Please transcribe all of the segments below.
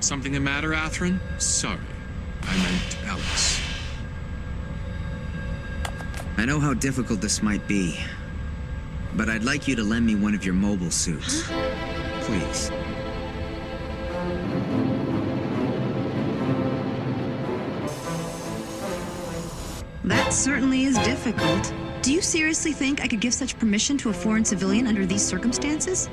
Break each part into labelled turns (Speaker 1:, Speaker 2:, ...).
Speaker 1: Something the matter, Atherin? Sorry. I meant Alex.
Speaker 2: I know how difficult this might be, but I'd like you to lend me one of your mobile suits. Please.
Speaker 3: That certainly is difficult. Do you seriously think I could give such permission to a foreign civilian under these circumstances?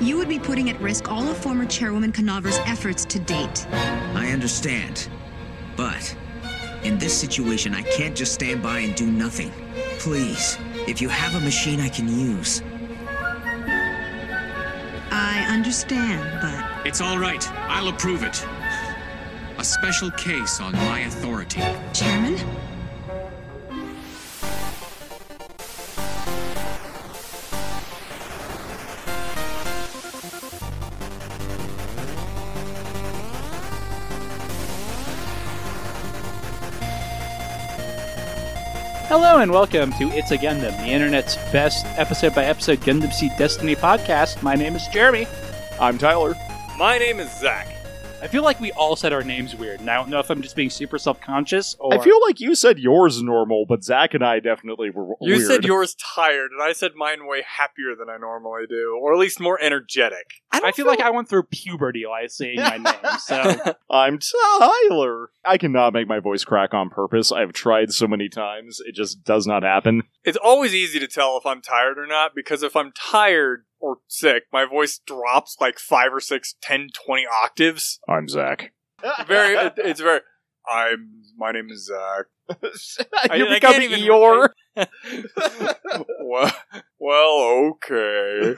Speaker 3: You would be putting at risk all of former Chairwoman Canaver's efforts to date.
Speaker 2: I understand. But in this situation, I can't just stand by and do nothing. Please, if you have a machine I can use.
Speaker 3: I understand, but
Speaker 1: It's all right. I'll approve it. A special case on my authority.
Speaker 3: Chairman?
Speaker 4: Hello and welcome to It's a Gundam, the internet's best episode by episode Gundam Seed Destiny podcast. My name is Jeremy.
Speaker 5: I'm Tyler.
Speaker 6: My name is Zach.
Speaker 4: I feel like we all said our names weird, and I don't know if I'm just being super self conscious or.
Speaker 5: I feel like you said yours normal, but Zach and I definitely were
Speaker 6: You
Speaker 5: weird.
Speaker 6: said yours tired, and I said mine way happier than I normally do, or at least more energetic.
Speaker 4: I, feel like I went through puberty while I was saying my name. So
Speaker 5: I'm Tyler. I cannot make my voice crack on purpose. I've tried so many times. It just does not happen.
Speaker 6: It's always easy to tell if I'm tired or not, because if I'm tired or sick, my voice drops like five or six, ten, twenty octaves.
Speaker 5: I'm Zach.
Speaker 6: Very, it- it's very. I'm. My name is Zach.
Speaker 5: you
Speaker 6: I
Speaker 5: become
Speaker 6: can't even-
Speaker 5: Eeyore.
Speaker 6: well, well, okay.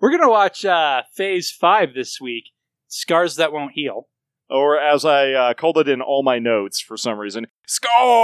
Speaker 4: we're going to watch uh, Phase 5 this week Scars That Won't Heal.
Speaker 5: or as I uh, called it in all my notes for some reason,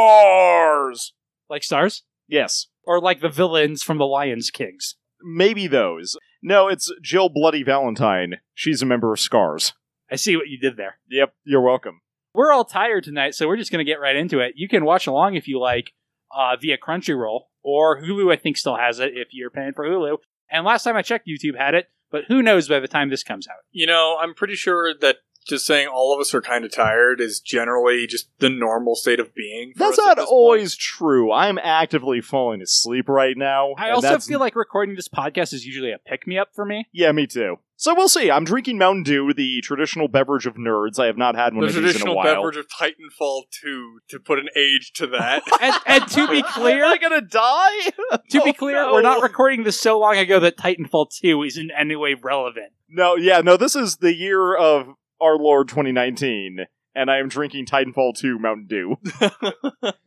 Speaker 5: scars.
Speaker 4: Like stars?
Speaker 5: Yes,
Speaker 4: Or like the villains from The Lions Kings.
Speaker 5: maybe those. No, it's Jill Bloody Valentine. She's a member of Scars.
Speaker 4: I see what you did there.
Speaker 5: Yep, you're welcome.
Speaker 4: we're all tired tonight, so we're just going to get right into it. You can watch along if you like uh, via Crunchyroll or Hulu. I think still has it if you're paying for Hulu. And last time I checked, YouTube had it, but who knows by the time this comes out?
Speaker 6: You know, I'm pretty sure that just saying all of us are kind of tired is generally just the normal state of being. for
Speaker 5: That's
Speaker 6: us at
Speaker 5: not
Speaker 6: this point.
Speaker 5: always true. I'm actively falling asleep right now.
Speaker 4: I
Speaker 5: and
Speaker 4: also
Speaker 5: that's-
Speaker 4: feel like recording this podcast is usually a pick me up for me.
Speaker 5: Yeah, me too. So we'll see. I'm drinking Mountain Dew, the traditional beverage of nerds. I have not had one
Speaker 6: the
Speaker 5: of these in a
Speaker 6: traditional
Speaker 5: while.
Speaker 6: beverage of Titanfall 2 to put an age to that.
Speaker 4: And, and to be
Speaker 5: Am
Speaker 4: clear,
Speaker 5: I gonna die?
Speaker 4: to be
Speaker 5: Oh,
Speaker 4: clear,
Speaker 5: no.
Speaker 4: we're not recording this so long ago that Titanfall Two is in any way relevant.
Speaker 5: No, yeah, no. This is the year of our Lord 2019, and I am drinking Titanfall 2 Mountain Dew.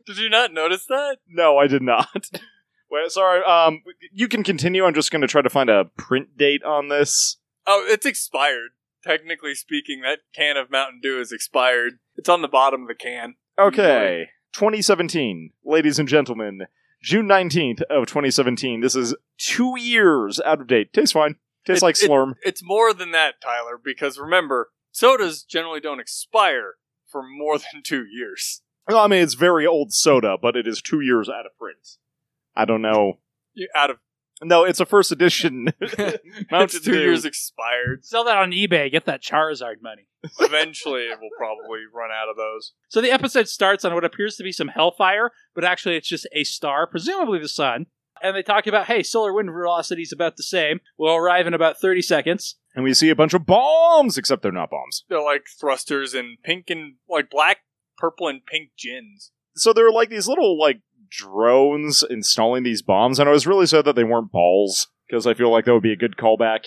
Speaker 6: Did you not notice that?
Speaker 5: no, I did not. Well, sorry. Um, you can continue. I'm just gonna try to find a print date on this.
Speaker 6: Oh, it's expired. Technically speaking, that can of Mountain Dew is expired. It's on the bottom of the can.
Speaker 5: Okay. 2017, ladies and gentlemen, June 19th of 2017. This is two years out of date. Tastes fine. Tastes
Speaker 6: It-
Speaker 5: like
Speaker 6: it-
Speaker 5: Slurm.
Speaker 6: It's more than that, Tyler, because remember, sodas generally don't expire for more than two years.
Speaker 5: Well, I mean, it's very old soda, but it is two years out of print. I don't know.
Speaker 6: You- Out of
Speaker 5: No, it's a first edition.
Speaker 6: Mountain
Speaker 5: Mountain
Speaker 6: two
Speaker 5: Dew.
Speaker 6: years expired.
Speaker 4: Sell that on eBay, get that Charizard money.
Speaker 6: Eventually, it will probably run out of those.
Speaker 4: So the episode starts on what appears to be some hellfire, but actually it's just a star, presumably the sun. And they talk about, hey, solar wind velocity is about the same. We'll arrive in about 30 seconds.
Speaker 5: and we see a bunch of bombs, except they're not bombs.
Speaker 6: They're like thrusters in pink and like black, purple, and pink gins.
Speaker 5: So there were like these little like drones installing these bombs, and I was really sad that they weren't balls because I feel like that would be a good callback.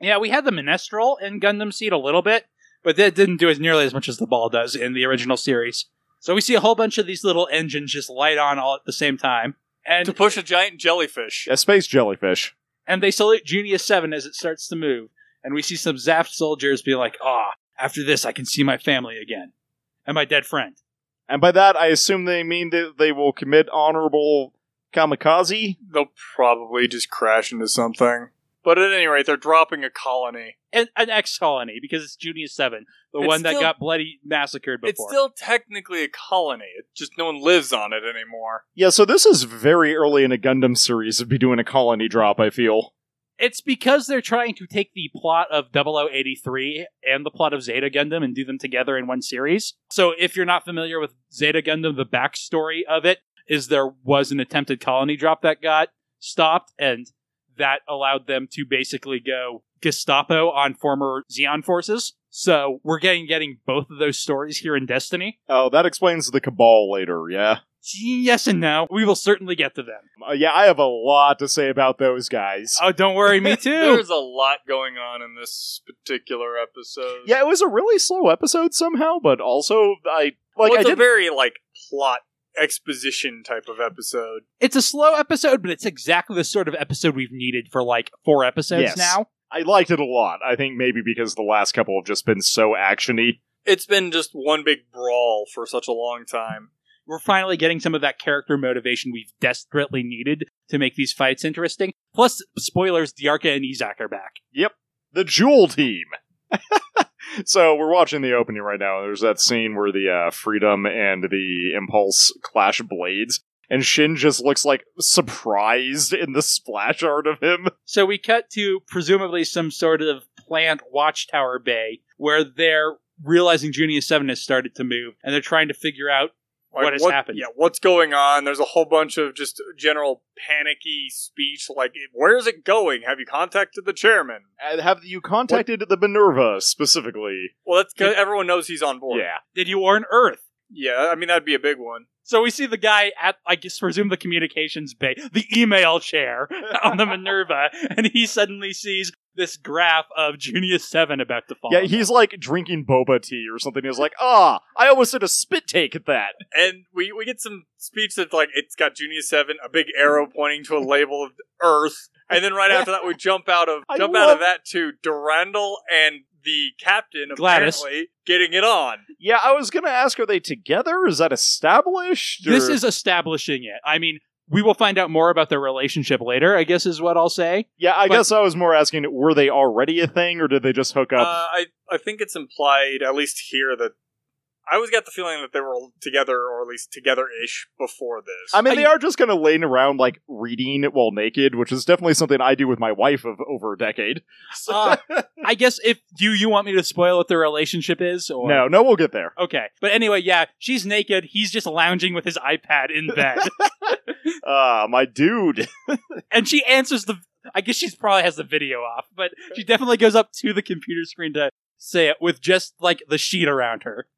Speaker 4: Yeah, we had the Minestrel in Gundam Seed a little bit, but that didn't do as nearly as much as the ball does in the original series. So we see a whole bunch of these little engines just light on all at the same time.
Speaker 6: To
Speaker 4: And,
Speaker 6: push a giant jellyfish.
Speaker 5: A space jellyfish.
Speaker 4: and they salute Junius 7 as it starts to move. And we see some Zaft soldiers be like, ah, after this I can see my family again. And my dead friend.
Speaker 5: And by that, I assume they mean that they will commit honorable kamikaze.
Speaker 6: They'll probably just crash into something. But at any rate, they're dropping a colony.
Speaker 4: an, an ex colony because it's Junius Seven, the
Speaker 6: It's
Speaker 4: one that
Speaker 6: still-
Speaker 4: got bloody massacred
Speaker 6: It's
Speaker 4: before.
Speaker 6: still technically a colony. It just no one lives on it anymore.
Speaker 5: Yeah, so this is very early in a Gundam series to be doing a colony drop, I feel.
Speaker 4: It's because they're trying to take the plot of 0083 and the plot of Zeta Gundam and do them together in one series. So if you're not familiar with Zeta Gundam, the backstory of it is there was an attempted colony drop that got stopped, and that allowed them to basically go Gestapo on former Xeon forces. So we're getting getting both of those stories here in Destiny.
Speaker 5: Oh, that explains the cabal later, yeah.
Speaker 4: Yes and no. We will certainly get to them.
Speaker 5: Uh, yeah, I have a lot to say about those guys.
Speaker 6: Uh,
Speaker 4: Oh, don't worry, me too.
Speaker 6: There's a lot going on in this particular episode.
Speaker 5: yeah, it was a really slow episode somehow, but also I like
Speaker 6: Well,
Speaker 5: I
Speaker 6: it's a
Speaker 5: did
Speaker 6: very like plot exposition type of episode.
Speaker 4: it's a slow episode, but it's exactly the sort of episode we've needed for like four episodes
Speaker 5: Yes.
Speaker 4: now.
Speaker 5: I liked it a lot. I think maybe because the last couple have just been so actiony.
Speaker 6: It's been just one big brawl for such a long time.
Speaker 4: We're finally getting some of that character motivation we've desperately needed to make these fights interesting. Plus, spoilers, Diarca and Izak are back.
Speaker 5: The Jewel team. so we're watching the opening right now. There's that scene where the uh, Freedom and the Impulse clash blades, and Shin just looks like surprised in the splash art of him.
Speaker 4: So we cut to presumably some sort of plant watchtower bay where they're realizing Junius 7 has started to move and they're trying to figure out
Speaker 6: Like,
Speaker 4: What has happened?
Speaker 6: Yeah, what's going on? There's a whole bunch of just general panicky speech. Like, where is it going? Have you contacted the chairman?
Speaker 5: Uh, Have you contacted the Minerva specifically?
Speaker 6: Well, that's because everyone knows he's on board.
Speaker 5: Yeah.
Speaker 4: did you warn Earth?
Speaker 6: yeah. I mean, that'd be a big one.
Speaker 4: So we see the guy at, I guess, presume the communications bay, the email chair on the Minerva, and he suddenly sees this graph of Junius 7 about to fall.
Speaker 5: Yeah, he's like drinking boba tea or something. He's like, ah, I almost did a spit take at that.
Speaker 6: And we, we get some speech that's like it's got Junior Seven, a big arrow pointing to a label of Earth, and then right after that we jump out of
Speaker 5: I
Speaker 6: jump out
Speaker 5: love-
Speaker 6: of that to Durandal and the captain
Speaker 4: Gladys.
Speaker 6: apparently getting it on.
Speaker 5: Yeah, I was gonna ask, are they together? Is that established?
Speaker 4: this
Speaker 5: or-
Speaker 4: is establishing it. I mean, we will find out more about their relationship later, I guess is what I'll say.
Speaker 5: Yeah, I
Speaker 4: but-
Speaker 5: guess I was more asking, were they already a thing, or did they just hook
Speaker 6: Uh,
Speaker 5: up?
Speaker 6: I I think it's implied at least here that I always got the feeling that they were together or at least together ish before this.
Speaker 5: I mean,
Speaker 4: I-
Speaker 5: they are just kind of laying around, like reading while naked, which is definitely something I do with my wife of over a decade.
Speaker 4: Uh, I guess if do you want me to spoil what their relationship is? Or?
Speaker 5: No, no, we'll get there.
Speaker 4: Okay. But anyway, yeah, she's naked. He's just lounging with his iPad in bed.
Speaker 5: Ah, my dude.
Speaker 4: and she answers the I guess she's probably has the video off, but she definitely goes up to the computer screen to say it with just like the sheet around her.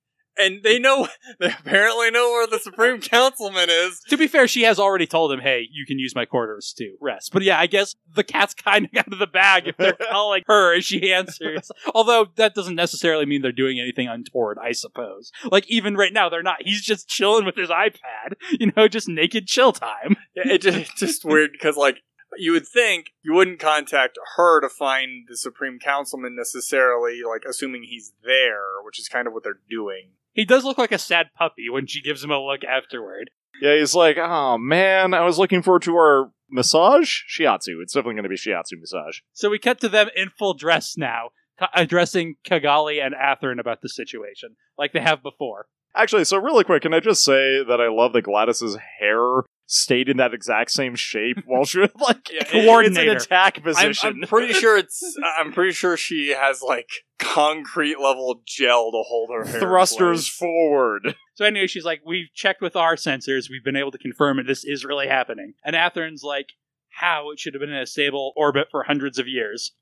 Speaker 6: and they know they apparently know where the Supreme Councilman is.
Speaker 4: To be fair, she has already told him, "Hey, you can use my quarters to rest." But yeah, I guess the cat's kind of out of the bag if they're calling her as she answers. Although that doesn't necessarily mean they're doing anything untoward, I suppose. Like even right now, they're not. He's just chilling with his iPad, you know, just naked chill time.
Speaker 6: Yeah, it just, it's just weird because like you would think you wouldn't contact her to find the supreme councilman necessarily like assuming he's there which is kind of what they're doing
Speaker 4: He does look like a sad puppy when she gives him a look afterward.
Speaker 5: yeah, he's like, oh man, I was looking forward to our massage, shiatsu. It's definitely going to be shiatsu massage.
Speaker 4: So we cut to them in full dress now, t- addressing Kigali and Atherin about the situation, like they have before.
Speaker 5: Actually, so really quick, can I just say that I love that Gladys's hair stayed in that exact same shape while she was like
Speaker 6: Yeah, it-
Speaker 4: Coordinator.
Speaker 5: It's an attack
Speaker 6: I'm,
Speaker 5: position.
Speaker 6: I'm pretty sure it's i'm pretty sure she has like concrete level gel to hold her hair in
Speaker 5: thrusters
Speaker 6: place.
Speaker 5: forward.
Speaker 4: So anyway, she's like, "We've checked with our sensors. We've been able to confirm it. This is really happening." And Atherin's like, "How it should have been in a stable orbit for hundreds of years."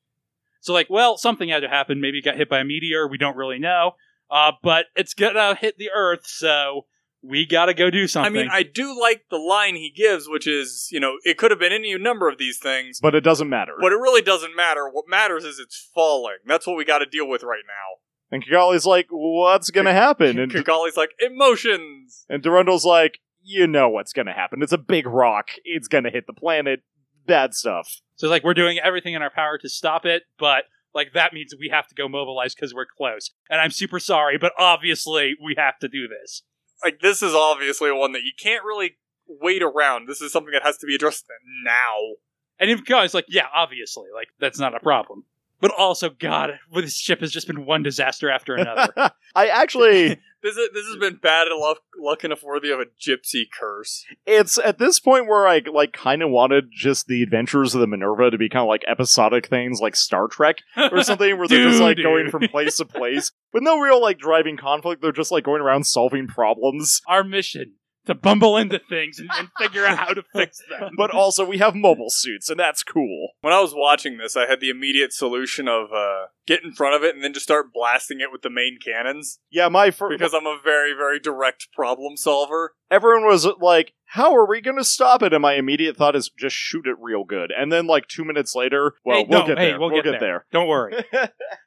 Speaker 4: So like, well, something had to happen. Maybe it got hit by a meteor. We don't really know, uh, but it's gonna hit the Earth. So we gotta go do
Speaker 6: i
Speaker 4: something.
Speaker 6: mean i do like the line he gives which is you know it could have been any number of these things
Speaker 5: But it doesn't matter.
Speaker 6: but it really doesn't matter what matters is it's falling that's what we got to deal with right now
Speaker 5: And Kigali's like, what's going to happen? And,
Speaker 6: kigali's like emotions
Speaker 5: and Durandal's like, you know what's going to happen. It's a big rock. It's going to hit the planet. Bad stuff.
Speaker 4: So like we're doing everything in our power to stop it, but like that means we have to go mobilize because we're close. And I'm super sorry, but obviously we have to do this.
Speaker 6: like this is obviously one that you can't really wait around. This is something that has to be addressed now.
Speaker 4: And if guys like, yeah, obviously, like that's not a problem. But also, God, well, this ship has just been one disaster after another.
Speaker 5: I actually,
Speaker 6: This is, this has been bad luck, luck enough worthy of a gypsy curse.
Speaker 5: it's at this point where I like kind of wanted just the Adventures of the Minerva to be kind of like episodic things, like Star Trek or something, where they're just like
Speaker 4: Dude.
Speaker 5: going from place to place with no real like driving conflict. They're just like going around solving problems.
Speaker 4: Our mission to bumble into things and, and figure out how to fix them.
Speaker 5: But also, we have mobile suits, and that's cool.
Speaker 6: When I was watching this, I had the immediate solution of uh, get in front of it and then just start blasting it with the main cannons
Speaker 5: Yeah, my first
Speaker 6: because I'm a very, very direct problem solver.
Speaker 5: everyone was like, "How are we going to stop it?" And my immediate thought is, "Just shoot it real good." And then, like two minutes later, well,
Speaker 4: Hey,
Speaker 5: we'll
Speaker 4: no,
Speaker 5: get
Speaker 4: hey,
Speaker 5: there.
Speaker 4: we'll get
Speaker 5: there.
Speaker 4: Don't worry.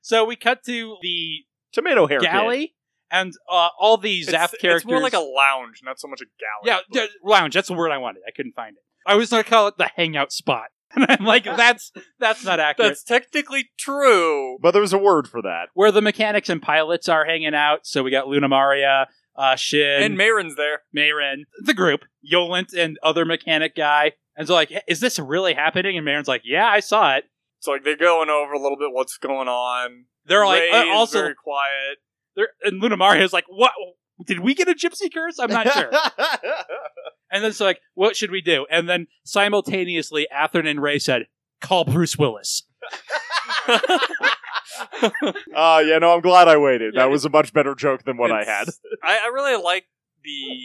Speaker 4: so we cut to the
Speaker 5: Tomato hair kid.
Speaker 4: galley, and uh, all the Zaf
Speaker 6: it's,
Speaker 4: characters.
Speaker 6: It's more like a lounge, not so much a galley.
Speaker 4: yeah
Speaker 6: but-
Speaker 4: d- lounge. That's the word I wanted. I couldn't find it. I was gonna call it the hangout spot, and I'm like, that's that's not accurate.
Speaker 6: that's technically true.
Speaker 5: But there's a word for that.
Speaker 4: Where the mechanics and pilots are hanging out. So we got Luna Maria, uh, Shin,
Speaker 6: And Mayron's there.
Speaker 4: Mayrin, the group, Yolent, and other mechanic guy. And so like, is this really happening? And Mayrin's like, yeah, I saw it.
Speaker 6: So like they're going over a little bit what's going on.
Speaker 4: They're like,
Speaker 6: Ray
Speaker 4: uh,
Speaker 6: is
Speaker 4: also,
Speaker 6: very quiet.
Speaker 4: they're, and Luna Maria's like, what? Did we get a gypsy curse? I'm not sure. and then it's like, what should we do? And then simultaneously, Atherin and Ray said, call Bruce Willis.
Speaker 5: uh, yeah, no, I'm glad I waited.
Speaker 4: Yeah,
Speaker 5: that was a much better joke than what I had.
Speaker 6: It's- I, I really like the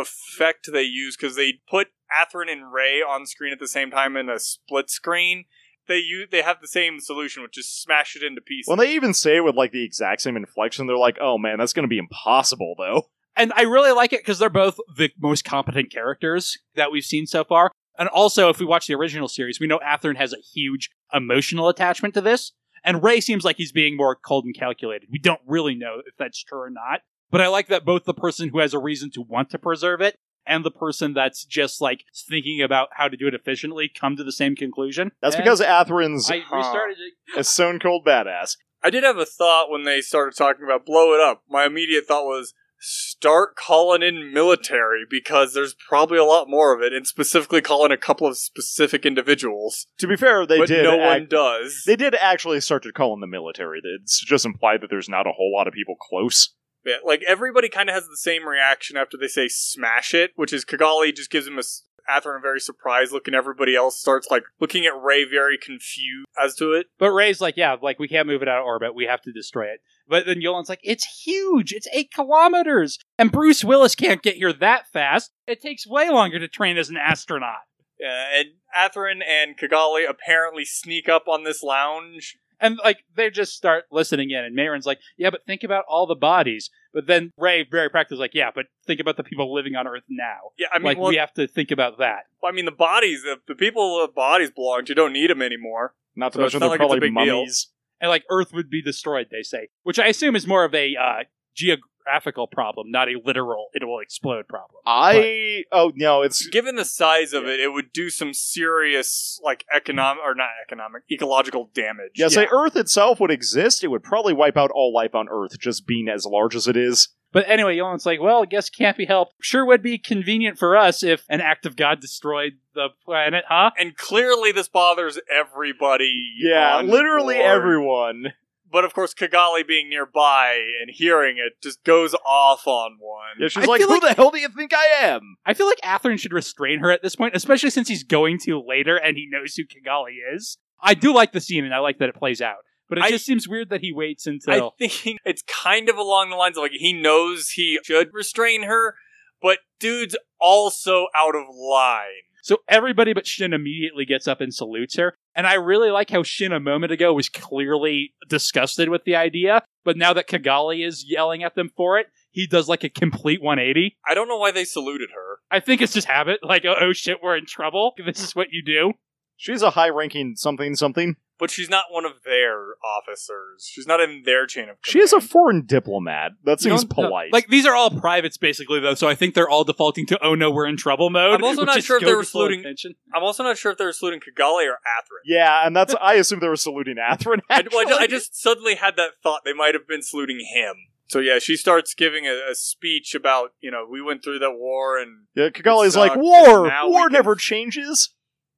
Speaker 6: effect they use because they put Atherin and Ray on screen at the same time in a split screen. They use they have the same solution, which is smash it into pieces.
Speaker 5: When they even say it with like the exact same inflection, they're like, "Oh man, that's going to be impossible, though."
Speaker 4: And I really like it because they're both the most competent characters that we've seen so far. And also, if we watch the original series, we know Atherin has a huge emotional attachment to this. And Ray seems like he's being more cold and calculated. We don't really know if that's true or not. But I like that both the person who has a reason to want to preserve it and the person that's just like thinking about how to do it efficiently come to the same conclusion.
Speaker 5: That's
Speaker 4: And
Speaker 5: because Atherin's
Speaker 4: I restarted it.
Speaker 5: a stone cold badass.
Speaker 6: I did have a thought when they started talking about blow it up. My immediate thought was start calling in military because there's probably a lot more of it, and specifically call in a couple of specific individuals.
Speaker 5: To be fair, they
Speaker 6: but
Speaker 5: did.
Speaker 6: no
Speaker 5: act-
Speaker 6: one does.
Speaker 5: they did actually start to call in the military. It's just implied that there's not a whole lot of people close.
Speaker 6: Yeah, like everybody kind of has the same reaction after they say "smash it," which is Kigali just gives him a s- Atherin a very surprised look, and everybody else starts like looking at Ray very confused as to it.
Speaker 4: But Ray's like, yeah, like we can't move it out of orbit. We have to destroy it. But then Yolan's like, it's huge. It's eight kilometers. And Bruce Willis can't get here that fast. It takes way longer to train as an astronaut.
Speaker 6: Yeah, Uh, and Atherin and Kigali apparently sneak up on this lounge.
Speaker 4: And like they just start listening in, and Mayron's like, "Yeah, but think about all the bodies." But then Ray, very practical, is like, "Yeah, but think about the people living on Earth now.
Speaker 6: Yeah, I mean,
Speaker 4: like
Speaker 6: well,
Speaker 4: we have to think about that."
Speaker 6: I mean the bodies, the, the people the bodies belong to, don't need them anymore.
Speaker 5: Not to
Speaker 6: So it's
Speaker 5: mention
Speaker 6: not
Speaker 5: they're
Speaker 6: like it's a
Speaker 5: probably
Speaker 6: big deal.
Speaker 5: mummies.
Speaker 4: And like Earth would be destroyed, they say, which I assume is more of a uh, geographical problem, not a literal "it will explode" problem.
Speaker 5: I oh no, it's
Speaker 6: Given the size of it, it would do some serious like economic or not economic ecological damage.
Speaker 5: yeah, say Earth itself would exist, it would probably wipe out all life on Earth, just being as large as it is.
Speaker 4: But anyway, Yolan's like, well, I guess can't be helped. Sure would be convenient for us if an act of God destroyed the planet, huh?
Speaker 6: And clearly, this bothers everybody.
Speaker 5: Yeah,
Speaker 6: on
Speaker 5: literally
Speaker 6: board.
Speaker 5: everyone.
Speaker 6: But of course, Kigali being nearby and hearing it just goes off on one.
Speaker 5: Yeah, she's
Speaker 4: I
Speaker 5: like,
Speaker 4: feel
Speaker 5: "Who
Speaker 4: like-
Speaker 5: the hell do you think I am?"
Speaker 4: I feel like Atherin should restrain her at this point, especially since he's going to later and he knows who Kigali is. I do like the scene and I like that it plays out. But it
Speaker 6: I-
Speaker 4: just seems weird that he waits
Speaker 6: I
Speaker 4: until
Speaker 6: think it's kind of along the lines of like he knows he should restrain her, but dude's also out of line.
Speaker 4: So everybody but Shin immediately gets up and salutes her. And I really like how Shin a moment ago was clearly disgusted with the idea, but now that Kigali is yelling at them for it, he does like a complete 180.
Speaker 6: I don't know why they saluted her.
Speaker 4: I think it's just habit. Like, oh, oh shit, we're in trouble. This is what you do.
Speaker 5: She's a high-ranking something something.
Speaker 6: But she's not one of their officers. She's not in their chain of command.
Speaker 5: She is a foreign diplomat. That seems
Speaker 4: You don't-
Speaker 5: polite.
Speaker 4: Like these are all privates, basically, though. So I think they're all defaulting to "Oh no, we're in trouble" mode.
Speaker 6: I'm also
Speaker 4: which
Speaker 6: not
Speaker 4: is
Speaker 6: sure if
Speaker 4: go
Speaker 6: they were
Speaker 4: to full
Speaker 6: saluting-
Speaker 4: attention.
Speaker 6: I'm also not sure if they're saluting Kigali or Atherin.
Speaker 5: yeah, and that's I assume they were saluting Atherin.
Speaker 6: I, well, I, ju- I
Speaker 5: actually.
Speaker 6: just suddenly had that thought they might have been saluting him. So yeah, she starts giving a, a speech about you know we went through that war and
Speaker 5: yeah, Kigali's
Speaker 6: It
Speaker 5: like,
Speaker 6: sucked,
Speaker 5: "War,
Speaker 6: and now we
Speaker 5: war
Speaker 6: can-
Speaker 5: never changes."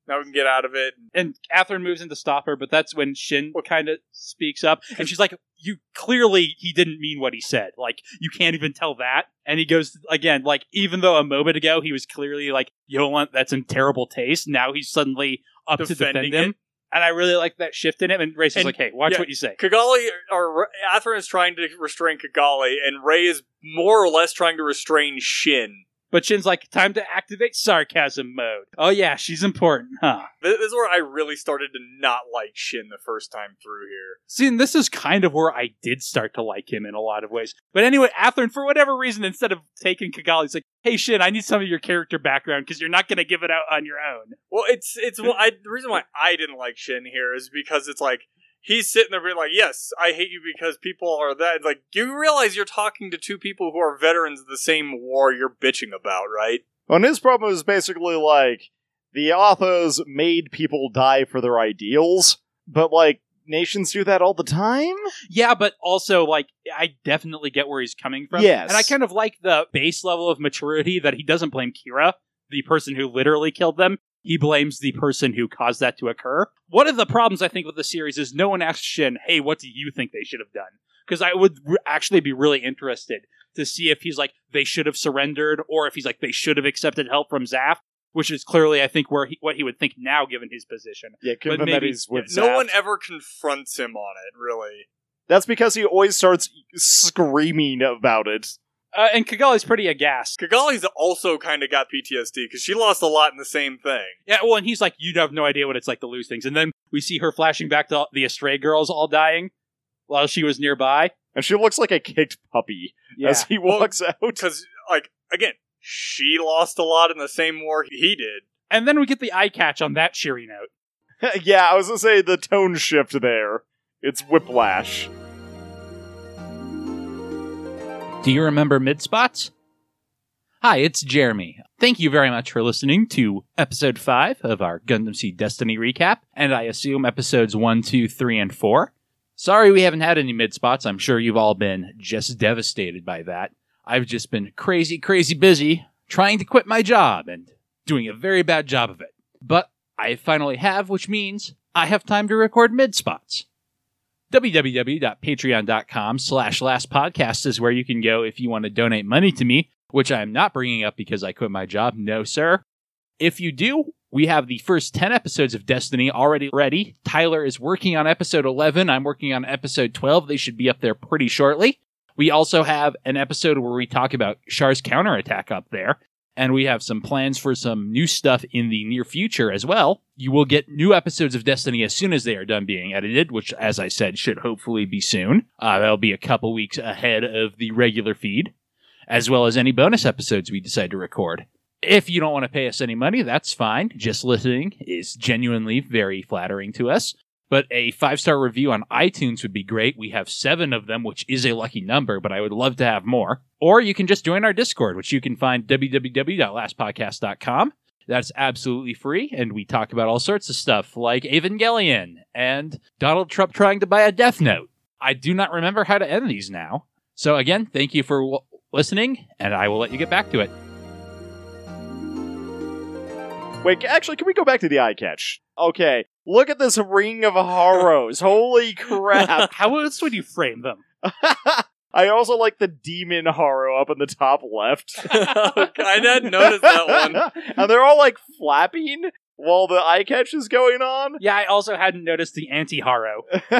Speaker 6: Now we can get out of it.
Speaker 4: and Catherine moves in to stop her, but that's when Shin kind of speaks up, and she's like, "You clearly he didn't mean what he said. Like you can't even tell that." And he goes again, like even though a moment ago he was clearly like, "Yolan, that's in terrible taste." Now he's suddenly up to
Speaker 6: Defending
Speaker 4: defend him, and I really like that shift in him. And Grace is
Speaker 6: And-
Speaker 4: like, "Hey, watch
Speaker 6: yeah.
Speaker 4: what you say."
Speaker 6: Kigali or Athrun is trying to restrain Kigali, and Ray is more or less trying to restrain Shin.
Speaker 4: But Shin's like, "Time to activate sarcasm mode." Oh yeah, she's important, huh?
Speaker 6: This this is where I really started to not like Shin the first time through here.
Speaker 4: See, and this is kind of where I did start to like him in a lot of ways. But anyway, Atherin, for whatever reason, instead of taking Kigali, he's like, hey, Shin, I need some of your character background because you're not going to give it out on your own.
Speaker 6: Well, it's it's well, I, the reason why I didn't like Shin here is because it's like he's sitting there being like, "Yes, I hate you because people are that." It's Like you realize you're talking to two people who are veterans of the same war you're bitching about, right?
Speaker 5: And his problem is basically like the authors made people die for their ideals, but like nations do that all the time.
Speaker 4: Yeah, but also, like, I definitely get where he's coming from.
Speaker 5: Yes.
Speaker 4: And I kind of like the base level of maturity that he doesn't blame Kira, the person who literally killed them. He blames the person who caused that to occur. One of the problems I think with the series is no one asks Shin, hey, what do you think they should have done? Because I would re- actually be really interested to see if he's like, they should have surrendered, or if he's like, they should have accepted help from Zaf, which is clearly, I think, where he, what he would think now given his position.
Speaker 5: Yeah, given that
Speaker 4: maybe-
Speaker 5: he's with
Speaker 6: No
Speaker 5: Zaf.
Speaker 6: one ever confronts him on it, really.
Speaker 5: That's because he always starts screaming about it.
Speaker 4: Uh, and Kigali's pretty aghast.
Speaker 6: Kigali's also kind of got PTSD because she lost a lot in the same thing.
Speaker 4: Yeah, well, and he's like, you have no idea what it's like to lose things. And then we see her flashing back to the Astray girls all dying while she was nearby.
Speaker 5: And she looks like a kicked puppy as he
Speaker 6: Well,
Speaker 5: walks out.
Speaker 6: Because, like, again, she lost a lot in the same war he did.
Speaker 4: And then we get the eye catch on that cheery note.
Speaker 5: yeah, I was gonna say the tone shift there. It's whiplash.
Speaker 4: Do you remember mid spots? Hi, it's Jeremy. Thank you very much for listening to episode 5 of our Gundam Seed Destiny recap, and I assume episodes one, two, three, and 4. Sorry we haven't had any mid spots. I'm sure you've all been just devastated by that. I've just been crazy, crazy busy trying to quit my job and doing a very bad job of it. But I finally have, which means I have time to record mid spots www.patreon.com slash last podcast is where you can go if you want to donate money to me which i am not bringing up because i quit my job no sir if you do we have the first 10 episodes of destiny already ready tyler is working on episode 11 i'm working on episode 12 they should be up there pretty shortly we also have an episode where we talk about shar's counterattack up there and we have some plans for some new stuff in the near future as well. You will get new episodes of Destiny as soon as they are done being edited, which, as I said, should hopefully be soon. Uh, that'll be a couple weeks ahead of the regular feed, as well as any bonus episodes we decide to record. If you don't want to pay us any money, that's fine. Just listening is genuinely very flattering to us. But a five star review on iTunes would be great. We have seven of them, which is a lucky number, but I would love to have more. Or you can just join our Discord, which you can find www.lastpodcast.com. That's absolutely free, and we talk about all sorts of stuff like Evangelion and Donald Trump trying to buy a Death Note. I do not remember how to end these now. So, again, thank you for w- listening, and I will let you get back to it.
Speaker 5: Wait, actually, can we go back to the eye catch? Okay, look at this ring of horrors. Holy crap.
Speaker 4: How else would you frame them?
Speaker 5: I also like the demon horror up in the top left.
Speaker 6: I hadn't noticed that one.
Speaker 5: and they're all like flapping while the eye catch is going on.
Speaker 4: Yeah, I also hadn't noticed the anti Haro.
Speaker 5: okay,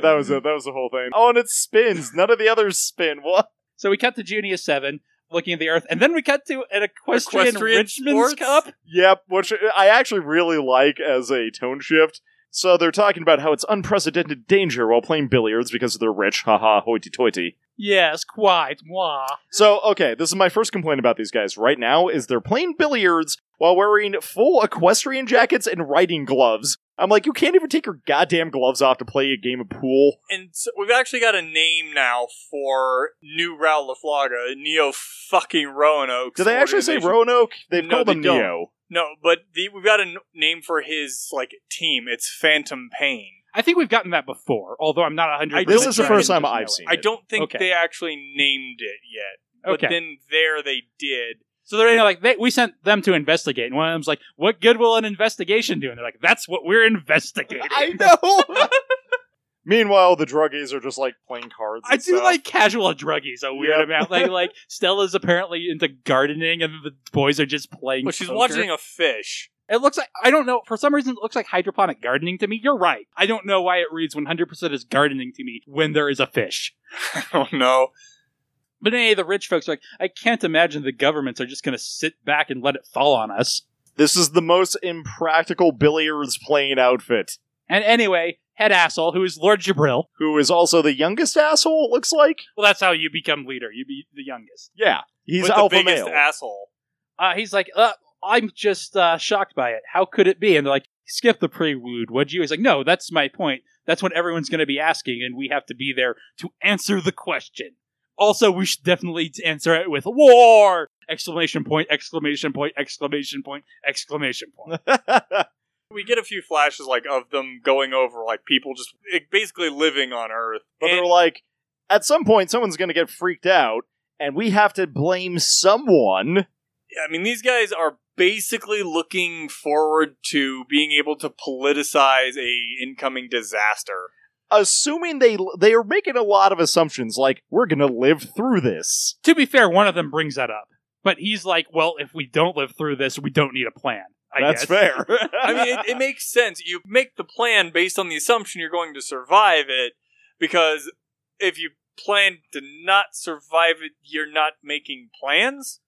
Speaker 5: that was it. That was the whole thing. Oh, and it spins. None of the others spin. What?
Speaker 4: So we cut to Junia 7 looking at the Earth, and then we cut to an equestrian,
Speaker 6: Equestrian
Speaker 4: Richmond's
Speaker 6: sports?
Speaker 4: Cup.
Speaker 5: Yep, which I actually really like as a tone shift. So they're talking about how it's unprecedented danger while playing billiards because they're rich. Haha, hoity toity.
Speaker 4: Yes, quite. Moi.
Speaker 5: So, okay, this is my first complaint about these guys right now is they're playing billiards while wearing full equestrian jackets and riding gloves. I'm like, you can't even take your goddamn gloves off to play a game of pool.
Speaker 6: And so we've actually got a name now for new Raul LaFlaga, Neo fucking Roanoke.
Speaker 5: Did they actually say Roanoke? They've
Speaker 6: No,
Speaker 5: called
Speaker 6: they
Speaker 5: them
Speaker 6: don't.
Speaker 5: Neo.
Speaker 6: No, but the, we've got a n- name for his like team. It's Phantom Pain.
Speaker 4: I think we've gotten that before, although I'm not 100%.
Speaker 6: I
Speaker 5: This
Speaker 6: don't
Speaker 5: is the
Speaker 6: think-
Speaker 5: first time
Speaker 4: Just know
Speaker 5: I've
Speaker 4: it.
Speaker 5: seen
Speaker 6: I
Speaker 5: it.
Speaker 6: don't think
Speaker 4: Okay.
Speaker 6: they actually named it yet. But
Speaker 4: Okay.
Speaker 6: then there they did.
Speaker 4: So they're you know, like, they, we sent them to investigate, and one of them's like, "What good will an investigation do?" And they're like, "That's what we're investigating."
Speaker 5: I know. Meanwhile, the druggies are just like playing cards.
Speaker 4: I
Speaker 5: and
Speaker 4: do
Speaker 5: stuff.
Speaker 4: like casual druggies a weird
Speaker 5: Yep.
Speaker 4: amount. Like like Stella's apparently into gardening, and the boys are just playing.
Speaker 6: Well, she's
Speaker 4: poker.
Speaker 6: watching a fish.
Speaker 4: It looks like I don't know. For some reason, it looks like hydroponic gardening to me. You're right. I don't know why it reads 100% as gardening to me when there is a fish.
Speaker 6: Oh no!
Speaker 4: But any of the rich folks are like, I can't imagine the governments are just going to sit back and let it fall on us.
Speaker 5: This is the most impractical billiards playing outfit.
Speaker 4: And anyway, head asshole, who is Lord Jabril.
Speaker 5: Who is also the youngest asshole? It looks like.
Speaker 4: Well, that's how you become leader. You be the youngest.
Speaker 5: Yeah, he's
Speaker 6: With
Speaker 5: alpha
Speaker 6: the biggest
Speaker 5: male.
Speaker 6: asshole.
Speaker 4: Uh, he's like, uh, I'm just uh, shocked by it. How could it be? And they're like, skip the prelude, would you? He's like, no, that's my point. That's what everyone's going to be asking, and we have to be there to answer the question. Also, we should definitely answer it with war! Exclamation point, exclamation point, exclamation point, exclamation point.
Speaker 6: We get a few flashes like of them going over like people just like, basically living on Earth.
Speaker 5: But
Speaker 6: And-
Speaker 5: they're like, at some point, someone's going to get freaked out, and we have to blame someone.
Speaker 6: I mean, these guys are basically looking forward to being able to politicize a incoming disaster.
Speaker 5: Assuming they they are making a lot of assumptions, like we're going to live through this.
Speaker 4: to be fair, one of them brings that up. But he's like, well, if we don't live through this, we don't need a plan. I
Speaker 5: That's
Speaker 4: guess.
Speaker 5: fair.
Speaker 6: I mean, it, it makes sense. You make the plan based on the assumption you're going to survive it, because if you plan to not survive it, you're not making plans.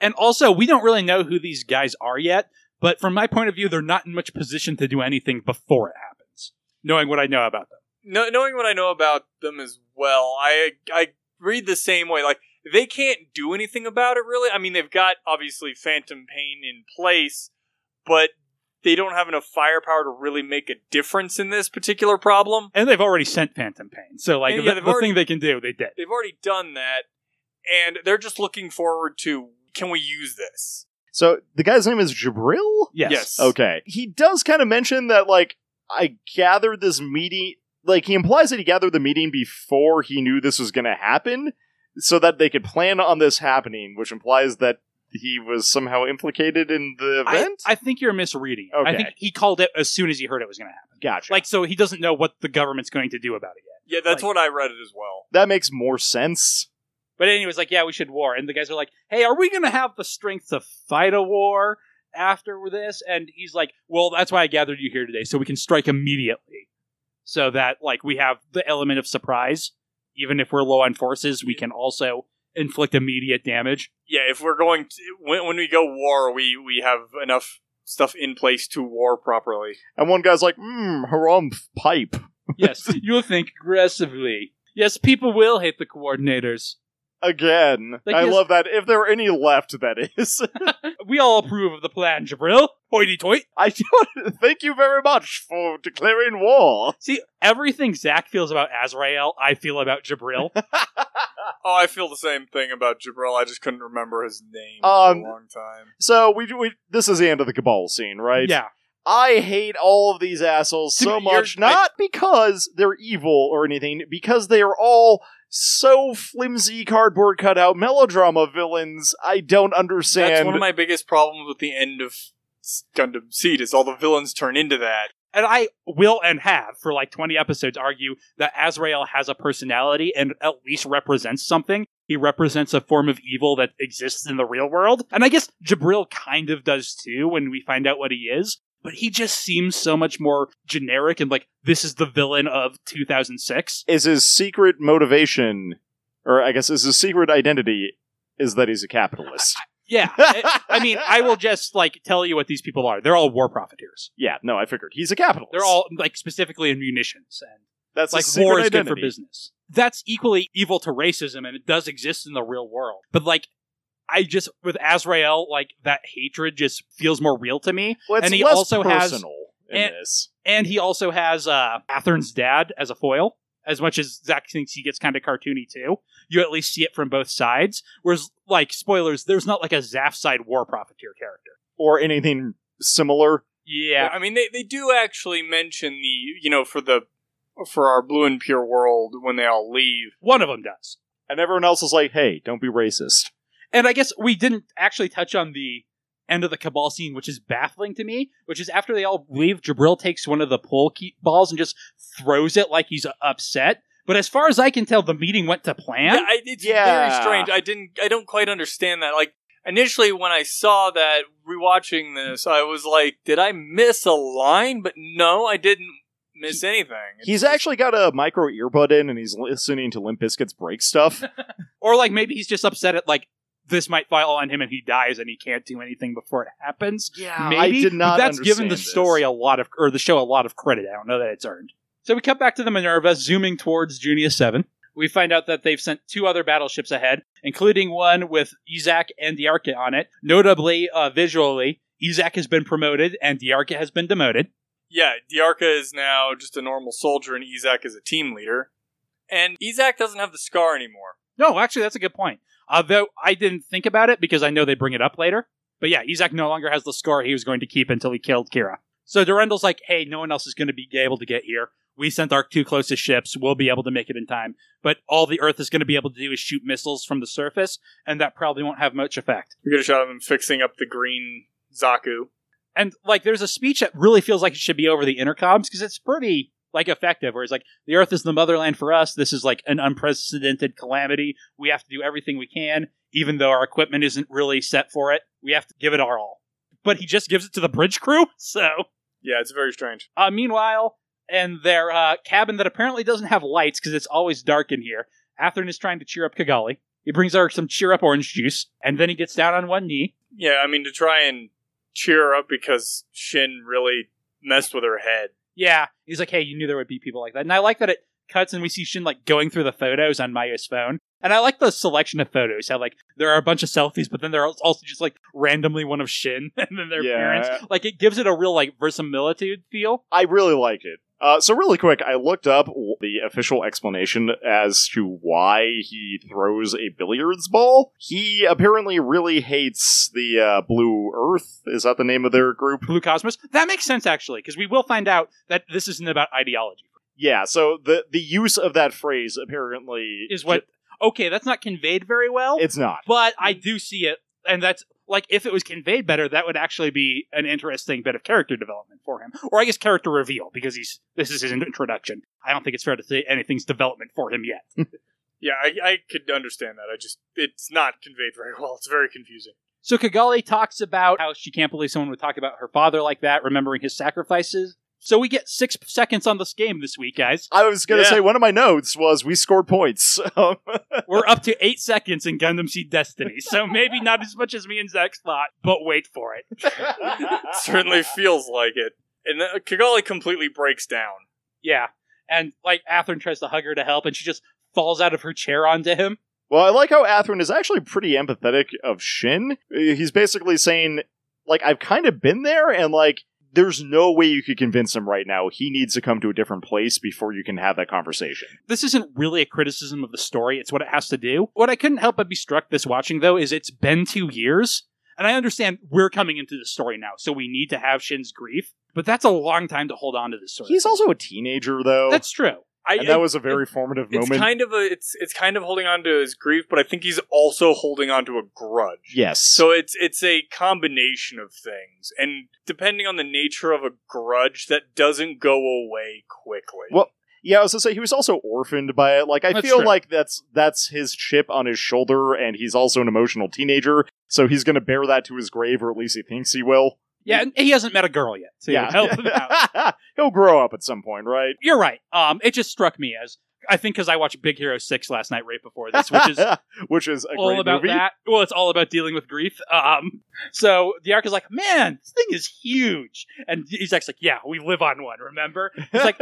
Speaker 4: And also, we don't really know who these guys are yet, but from my point of view, they're not in much position to do anything before it happens, knowing what I know about them.
Speaker 6: No, knowing what I know about them as well, I I read the same way. Like they can't do anything about it, really. I mean, they've got obviously Phantom Pain in place, but they don't have enough firepower to really make a difference in this particular problem.
Speaker 4: And they've already sent Phantom Pain. So, like,
Speaker 6: Yeah,
Speaker 4: the,
Speaker 6: they've
Speaker 4: the
Speaker 6: already-
Speaker 4: thing they can do, they did.
Speaker 6: They've already done that, and they're just looking forward to can we use this?
Speaker 5: so the guy's name is Jabril.
Speaker 4: Yes.
Speaker 5: Okay. He does kind of mention that, like, I gathered this meeting. Like, he implies that he gathered the meeting before he knew this was going to happen so that they could plan on this happening, which implies that he was somehow implicated in the
Speaker 4: I,
Speaker 5: event.
Speaker 4: I think you're misreading. it. I
Speaker 5: Okay.
Speaker 4: think he called it as soon as he heard it was going to happen.
Speaker 5: gotcha.
Speaker 4: Like, so he doesn't know what the government's going to do about it yet.
Speaker 6: Yeah, that's
Speaker 4: Like-
Speaker 6: what I read it as well.
Speaker 5: that makes more sense.
Speaker 4: But anyways, like, yeah, we should war. And the guys are like, hey, are we going to have the strength to fight a war after this? And he's like, well, that's why I gathered you here today, so we can strike immediately. So that, like, we have the element of surprise. Even if we're low on forces, we can also inflict immediate damage.
Speaker 6: Yeah, if we're going to when, when we go war, we we have enough stuff in place to war properly.
Speaker 5: And one guy's like, hmm, harumph, pipe.
Speaker 4: Yes, you'll think aggressively. Yes, people will hate the coordinators.
Speaker 5: Again.
Speaker 4: Like,
Speaker 5: I
Speaker 4: yes.
Speaker 5: love that. If there were any left, that is.
Speaker 4: We all approve of the plan, Jabril. Hoity toity.
Speaker 5: I don't. Thank you very much for declaring war.
Speaker 4: See, everything Zach feels about Azrael, I feel about Jabril.
Speaker 6: Oh, I feel the same thing about Jabril. I just couldn't remember his name
Speaker 5: Um,
Speaker 6: for a long time.
Speaker 5: So we, we this is the end of the cabal scene, right?
Speaker 4: Yeah.
Speaker 5: I hate all of these assholes
Speaker 6: Dude,
Speaker 5: so
Speaker 6: you're-
Speaker 5: much. Not because they're evil or anything, because they are all so flimsy cardboard cutout melodrama villains. I don't understand.
Speaker 6: That's one of my biggest problems with the end of S- Gundam Seed is all the villains turn into that.
Speaker 4: and I will and have for like 20 episodes argue that Azrael has a personality and at least represents something. He represents a form of evil that exists in the real world. And I guess Jabril kind of does too when we find out what he is, but he just seems so much more generic and like this is the villain of 2006.
Speaker 5: is his secret motivation, or I guess is his secret identity, is that he's a capitalist.
Speaker 4: Yeah. I- I mean, I will just like tell you what these people are. They're all war profiteers.
Speaker 5: Yeah, no, I figured he's a capitalist.
Speaker 4: They're all like specifically in munitions and
Speaker 5: that's his
Speaker 4: like
Speaker 5: secret
Speaker 4: war is
Speaker 5: identity.
Speaker 4: good for business. That's equally evil to racism, and it does exist in the real world. But like, I just with Azrael, like that hatred just feels more real to me.
Speaker 5: Well, it's
Speaker 4: And he
Speaker 5: less
Speaker 4: also has-
Speaker 5: personal in
Speaker 4: and-
Speaker 5: this.
Speaker 4: And he also has uh Athern's dad as a foil. As much as Zach thinks he gets kind of cartoony too, you at least see it from both sides. Whereas, like spoilers, there's not like a Zaf side war profiteer character.
Speaker 5: or anything similar.
Speaker 4: Yeah,
Speaker 6: I mean, they, they do actually mention the, you know, for the for our blue and pure world when they all leave.
Speaker 4: one of them does.
Speaker 5: And everyone else is like, hey, don't be racist.
Speaker 4: And I guess we didn't actually touch on the end of the Cabal scene, which is baffling to me, which is after they all leave, Jabril takes one of the pool key- balls and just throws it like he's upset. But as far as I can tell, the meeting went to plan.
Speaker 6: Yeah, I, it's
Speaker 5: Yeah.
Speaker 6: very strange. I didn't. I don't quite understand that. Like initially, when I saw that rewatching this, I was like, "Did I miss a line?" But no, I didn't miss anything.
Speaker 5: He's actually got a micro earbud in and he's listening to Limp Bizkit's break stuff.
Speaker 4: Or like maybe he's just upset at like this might fall on him and he dies and he can't do anything before it happens.
Speaker 5: Yeah,
Speaker 4: maybe
Speaker 5: I did not.
Speaker 4: But that's given
Speaker 5: understand
Speaker 4: the
Speaker 5: this.
Speaker 4: story a lot of or the show a lot of credit. I don't know that it's earned. So we cut back to the Minerva, zooming towards Junia Seven. We find out that they've sent two other battleships ahead, including one with Izak and Diarca on it. Notably, uh, visually, Izak has been promoted and Diarca has been demoted.
Speaker 6: Yeah, Diarca is now just a normal soldier, and Izak is a team leader. And Izak doesn't have the scar anymore.
Speaker 4: No, actually, that's a good point. Although I didn't think about it because I know they bring it up later. But yeah, Izak no longer has the scar he was going to keep until he killed Kira. So Durendal's like, hey, no one else is going to be able to get here. We sent our two closest ships. We'll be able to make it in time. But all the Earth is going to be able to do is shoot missiles from the surface, and that probably won't have much effect.
Speaker 6: We get a shot of him fixing up the green Zaku.
Speaker 4: And like, there's a speech that really feels like it should be over the intercoms because it's pretty like effective. Where he's like, "The Earth is the motherland for us. This is like an unprecedented calamity. We have to do everything we can, even though our equipment isn't really set for it. We have to give it our all." But he just gives it to the bridge crew. So,
Speaker 6: Yeah, it's very strange.
Speaker 4: uh, meanwhile, in their uh, cabin that apparently doesn't have lights because it's always dark in here, Atherin is trying to cheer up Kigali. He brings her some cheer up orange juice, and then he gets down on one knee
Speaker 6: Yeah, I mean to try and cheer her up because Shin really messed with her head.
Speaker 4: Yeah, he's like, hey, you knew there would be people like that, and I like that it cuts and we see Shin like going through the photos on Mayo's phone, and I like the selection of photos. How like there are a bunch of selfies, but then there are also just like randomly one of Shin and then their
Speaker 5: Yeah.
Speaker 4: parents. Like it gives it a real like verisimilitude feel.
Speaker 5: I really like it. Uh, so really quick, I looked up w- the official explanation as to why he throws a billiards ball. He apparently really hates the uh, Blue Earth. Is that the name of their group?
Speaker 4: Blue Cosmos. That makes sense actually, because we will find out that this isn't about ideology.
Speaker 5: Yeah. So the the use of that phrase apparently
Speaker 4: Is what Oh. okay? That's not conveyed very well,
Speaker 5: it's not.
Speaker 4: but I do see it, and that's. Like if it was conveyed better, that would actually be an interesting bit of character development for him, or I guess character reveal because he's this is his introduction. I don't think it's fair to say anything's development for him yet.
Speaker 6: Yeah, I, I could understand that. I just it's not conveyed very well. It's very confusing.
Speaker 4: So Kigali talks about how she can't believe someone would talk about her father like that, remembering his sacrifices. So we get six seconds on this game this week, guys.
Speaker 5: I was gonna
Speaker 6: Yeah.
Speaker 5: say one of my notes was we scored points. Um,
Speaker 4: We're up to eight seconds in Gundam Seed Destiny, so maybe not as much as me and Zach thought, but wait for it.
Speaker 6: Certainly feels like it. And uh, Kigali completely breaks down.
Speaker 4: Yeah. And like Atherin tries to hug her to help, and she just falls out of her chair onto him.
Speaker 5: Well, I like how Atherin is actually pretty empathetic of Shin. Uh, He's basically saying, like, I've kind of been there, and like, there's no way you could convince him right now. He needs to come to a different place before you can have that conversation.
Speaker 4: this isn't really a criticism of the story, it's what it has to do. What I couldn't help but be struck this watching though is it's been two years, and I understand we're coming into the story now, so we need to have Shin's grief, but that's a long time to hold on to this story.
Speaker 5: He's also a teenager, though,
Speaker 4: that's true.
Speaker 6: I,
Speaker 5: and that
Speaker 6: I-
Speaker 5: was a very formative
Speaker 6: it's
Speaker 5: moment.
Speaker 6: kind of a it's it's kind of holding on to his grief, but I think he's also holding on to a grudge.
Speaker 5: yes.
Speaker 6: So it's it's a combination of things, and depending on the nature of a grudge, that doesn't go away quickly.
Speaker 5: Well, yeah, I was gonna say he was also orphaned by it. Like, I
Speaker 4: That's
Speaker 5: feel
Speaker 4: true.
Speaker 5: like that's that's his chip on his shoulder, and he's also an emotional teenager, so he's gonna bear that to his grave, or at least he thinks he will.
Speaker 4: Yeah, and he hasn't met a girl yet to help him out.
Speaker 5: He'll grow up at some point, right?
Speaker 4: You're right. Um, it just struck me as I think because I watched Big Hero Six last night right before this, which is
Speaker 5: which is a
Speaker 4: all
Speaker 5: great
Speaker 4: about
Speaker 5: movie.
Speaker 4: that. Well, it's all about dealing with grief. Um, so the arc is like, man, this thing is huge, and he's like, yeah, we live on one. Remember? He's like,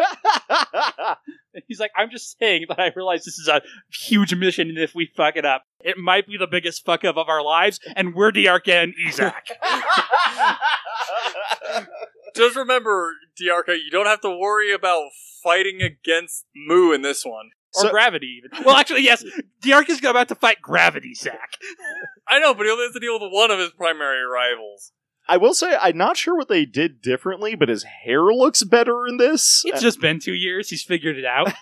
Speaker 4: He's like, I'm just saying that I realize this is a huge mission, and if we fuck it up, it might be the biggest fuck up of our lives, and we're Diarca and Izak.
Speaker 6: Just remember, Diarca, you don't have to worry about fighting against Moo in this one.
Speaker 4: or
Speaker 5: So-
Speaker 4: gravity, even. Well, actually, yes, Diarca's about to fight gravity, Zach.
Speaker 6: I know, but he only has to deal with one of his primary rivals.
Speaker 5: I will say I'm not sure what they did differently, but his hair looks better in this.
Speaker 4: It's just been two years. He's figured it out.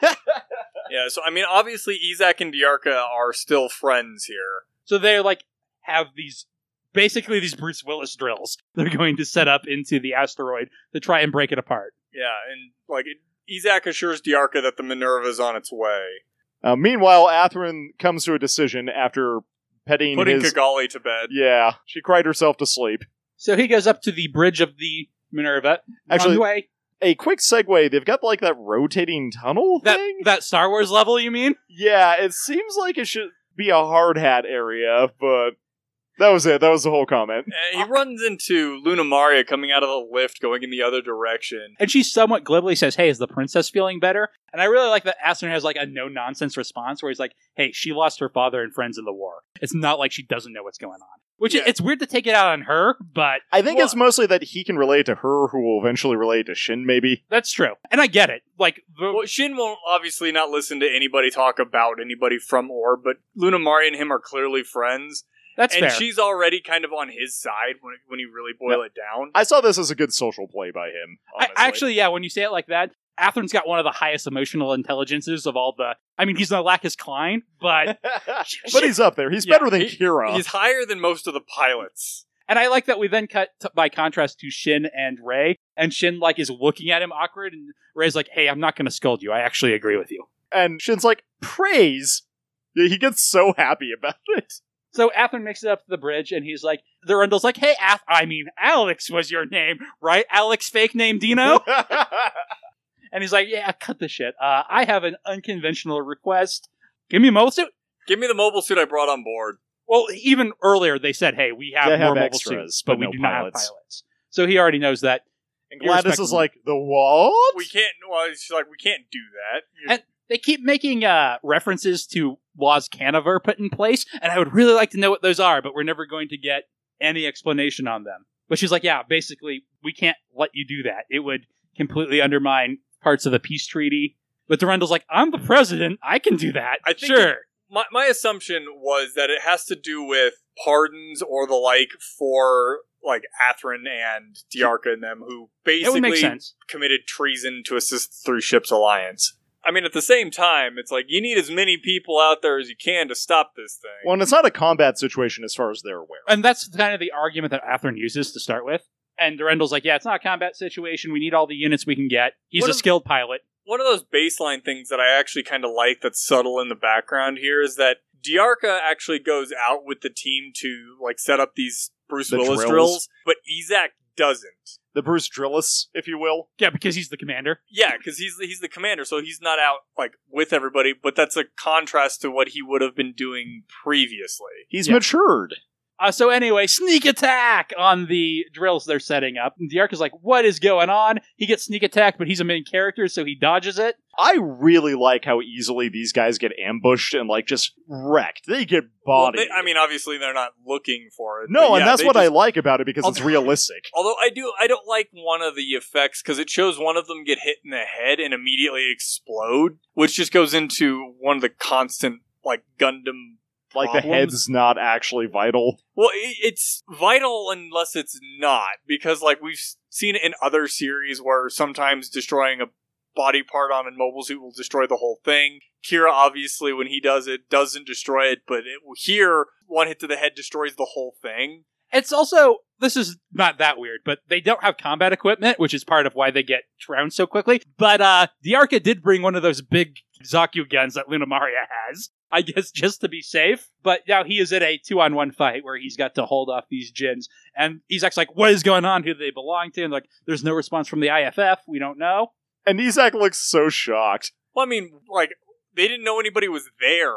Speaker 6: Yeah, so I mean, obviously, Izak and Diarca are still friends here.
Speaker 4: So they're like have these basically these Bruce Willis drills they're going to set up into the asteroid to try and break it apart.
Speaker 6: Yeah, and like it, Izak assures Diarca that the Minerva is on its way,
Speaker 5: Uh, meanwhile, Athrun comes to a decision after petting
Speaker 6: putting
Speaker 5: his.
Speaker 6: Kigali to bed.
Speaker 5: yeah, she cried herself to sleep.
Speaker 4: So he goes up to the bridge of the Minerva.
Speaker 5: Actually-
Speaker 4: Runway.
Speaker 5: A quick segue. They've got like that rotating tunnel
Speaker 4: that
Speaker 5: thing.
Speaker 4: that Star Wars level, you mean?
Speaker 5: yeah, it seems like it should be a hard hat area, but that was it. That was the whole comment.
Speaker 6: And Uh, he runs into Luna Maria coming out of the lift, going in the other direction.
Speaker 4: And she somewhat glibly says, "Hey, is the princess feeling better?" And I really like that Aston has like a no nonsense response where he's like, "Hey, she lost her father and friends in the war. It's not like she doesn't know what's going on." Which
Speaker 6: Yeah.
Speaker 4: it's weird to take it out on her, but
Speaker 5: I think
Speaker 6: Well-
Speaker 5: it's mostly that he can relate to her, who will eventually relate to Shin. Maybe
Speaker 4: that's true. And I get it. Like the,
Speaker 6: Well, Shin won't obviously not listen to anybody talk about anybody from Orb, but Luna Maria and him are clearly friends,
Speaker 4: that's
Speaker 6: and
Speaker 4: fair.
Speaker 6: she's already kind of on his side when when you really boil it down.
Speaker 5: I saw this as a good social play by him.
Speaker 4: I,
Speaker 5: honestly.
Speaker 4: actually, yeah, when you say it like that, Athrun's got one of the highest emotional intelligences of all the. I mean, he's not Lacus Klein, but
Speaker 5: but he's up there. He's
Speaker 4: Yeah,
Speaker 5: better than
Speaker 6: he-
Speaker 4: Uh.
Speaker 5: Kira.
Speaker 6: He's higher than most of the pilots.
Speaker 4: and I like that we then cut t- by contrast to Shin and Ray, and Shin like is looking at him awkward, and Ray's like, "Hey, I'm not going to scold you. I actually agree with you."
Speaker 5: and Shin's like praise. Yeah, He gets so happy about it.
Speaker 4: So Athrun makes it up to the bridge, and he's like, "The Rundle's like, hey, Ath, I mean, Alex was your name, right? Alex, fake name Dino." and he's like, "Yeah, cut the shit. Uh, I have an unconventional request. Give me a mobile suit."
Speaker 6: Give me the mobile suit I brought on board.
Speaker 4: Well, even earlier they said, "Hey, we have
Speaker 5: They have
Speaker 4: more mobile
Speaker 5: extras,
Speaker 4: suits,
Speaker 5: but
Speaker 4: but, we
Speaker 5: no
Speaker 4: do not
Speaker 5: pilots."
Speaker 4: have pilots." So he already knows that.
Speaker 5: and Gladys is
Speaker 4: Irrespective.
Speaker 5: like the what?
Speaker 6: We can't. Well, she's like, we can't do that. You-
Speaker 4: And- They keep making uh, references to laws Canaver put in place, and I would really like to know what those are, but we're never going to get any explanation on them. But she's like, "Yeah, basically, we can't let you do that. It would completely undermine parts of the peace treaty." But Durandal's like, "I'm the president. I can do that.
Speaker 6: I think
Speaker 4: sure."
Speaker 6: my my assumption was that it has to do with pardons or the like for like Athrun and Diarca and them who
Speaker 4: It would make
Speaker 6: basically
Speaker 4: sense.
Speaker 6: committed treason to assist the Three Ships Alliance. I mean, at the same time, it's like you need as many people out there as you can to stop this thing.
Speaker 5: Well, and it's not a combat situation as far as they're aware.
Speaker 4: And that's kind of the argument that Athrun uses to start with. And Durandal's like, yeah, it's not a combat situation. We need all the units we can get. He's
Speaker 6: What
Speaker 4: a
Speaker 6: if-
Speaker 4: skilled pilot.
Speaker 6: one of those baseline things that I actually kind of like that's subtle in the background here is that Diarca actually goes out with the team to like set up these Bruce
Speaker 5: The
Speaker 6: Willis
Speaker 5: drills.
Speaker 6: drills. but Izak doesn't.
Speaker 5: The Bruce Drillis, if you will.
Speaker 4: Yeah, because he's the commander.
Speaker 6: Yeah, because he's he's the commander, so he's not out like with everybody. But that's a contrast to what he would have been doing previously.
Speaker 5: He's
Speaker 4: Yeah.
Speaker 5: matured.
Speaker 4: Uh, so anyway, sneak attack on the drills they're setting up. And Diarca's like, what is going on? He gets sneak attack, but he's a main character, so he dodges it.
Speaker 5: I really like how easily these guys get ambushed and like just wrecked. They get
Speaker 6: Well,
Speaker 5: bodied.
Speaker 6: they- I mean, obviously they're not looking for it.
Speaker 5: no,
Speaker 6: but
Speaker 5: and
Speaker 6: yeah,
Speaker 5: that's
Speaker 6: they
Speaker 5: what I
Speaker 6: just-
Speaker 5: like about it because it's
Speaker 6: Although-
Speaker 5: realistic.
Speaker 6: Although I do, I don't like one of the effects because it shows one of them get hit in the head and immediately explode, which just goes into one of the constant like Gundam.
Speaker 5: Like the
Speaker 6: Problems.
Speaker 5: head's not actually vital.
Speaker 6: Well, i it's vital unless it's not because like we've s- seen it in other series where sometimes destroying a body part on a mobile suit will destroy the whole thing. Kira obviously when he does it doesn't destroy it, but it, here one hit to the head destroys the whole thing.
Speaker 4: It's also, this is not that weird, but they don't have combat equipment, which is part of why they get trounced so quickly. But uh, Diarca did bring one of those big Zaku guns that Luna Maria has, I guess just to be safe. But now he is in a two on one fight where he's got to hold off these Jins. And Izak's like, what is going on? Who do they belong to? And like, there's no response from the IFF. We don't know.
Speaker 5: And Isaac looks so shocked.
Speaker 6: Well, I mean, like they didn't know anybody was there,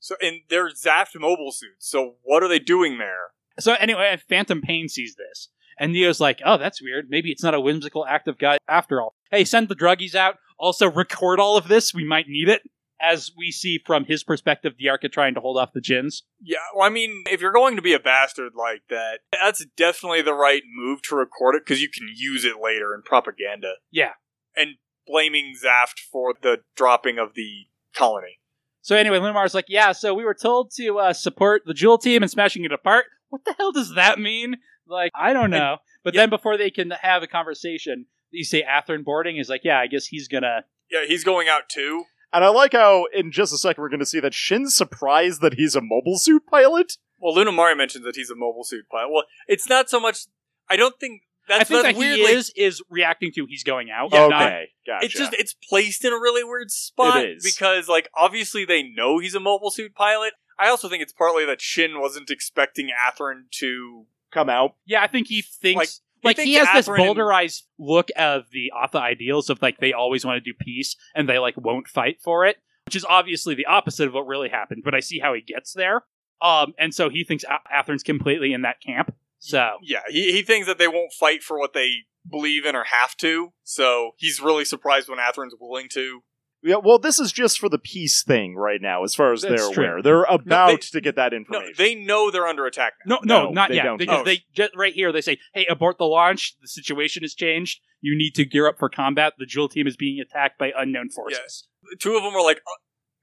Speaker 6: so and they're zapped mobile suits. So what are they doing there?
Speaker 4: So anyway, Phantom Pain sees this. And Neo's like, oh, that's weird. Maybe it's not a whimsical act of God after all. Hey, send the druggies out. Also, record all of this. We might need it. As we see from his perspective, Diarca trying to hold off the gins.
Speaker 6: Yeah, well, I mean, if you're going to be a bastard like that, that's definitely the right move to record it because you can use it later in propaganda.
Speaker 4: Yeah.
Speaker 6: and blaming Zaft for the dropping of the colony.
Speaker 4: So anyway, Lumar's like, yeah, so we were told to uh, support the Jewel team and smashing it apart. What the hell does that mean? Like, I don't know. But then before they can have a conversation, you say Atherin boarding is like, yeah, I guess he's gonna
Speaker 6: Yeah, he's going out too.
Speaker 5: And I like how in just a second we're going to see that Shin's surprised that he's a mobile suit pilot.
Speaker 6: Well, Luna Mario mentions that he's a mobile suit pilot. Well, it's not so much. I don't think that's
Speaker 4: I think
Speaker 6: that's
Speaker 4: that
Speaker 6: weird.
Speaker 4: he
Speaker 6: like,
Speaker 4: is is reacting to he's going out.
Speaker 6: Yeah, Oh,
Speaker 5: okay,
Speaker 4: not-
Speaker 5: gotcha.
Speaker 6: It's just it's placed in a really weird spot
Speaker 5: It is.
Speaker 6: because like obviously they know he's a mobile suit pilot. I also think it's partly that Shin wasn't expecting Atherin to
Speaker 5: come out.
Speaker 4: yeah, I think he thinks like
Speaker 6: Like, he
Speaker 4: he,
Speaker 6: thinks
Speaker 4: has this
Speaker 6: Atherin and-
Speaker 4: bolderized look of the Atha ideals of like they always want to do peace and they like won't fight for it, which is obviously the opposite of what really happened. But I see how he gets there, um, and so he thinks A- Atherin's completely in that camp. So
Speaker 6: yeah, he, he thinks that they won't fight for what they believe in or have to. So he's really surprised when Atherin's willing to.
Speaker 5: Yeah, well, this is just for the peace thing right now, as far as
Speaker 4: That's
Speaker 5: they're
Speaker 4: true.
Speaker 5: aware. They're about
Speaker 6: they-
Speaker 5: to get that
Speaker 6: No,
Speaker 5: information.
Speaker 6: they know they're under attack. Now.
Speaker 4: no, no,
Speaker 5: No,
Speaker 4: not
Speaker 5: they
Speaker 4: yet
Speaker 5: don't.
Speaker 4: because
Speaker 6: Oh.
Speaker 4: they just right here they say, "Hey, abort the launch. The situation has changed. You need to gear up for combat. The Jewel team is being attacked by unknown forces."
Speaker 6: The Two of them are like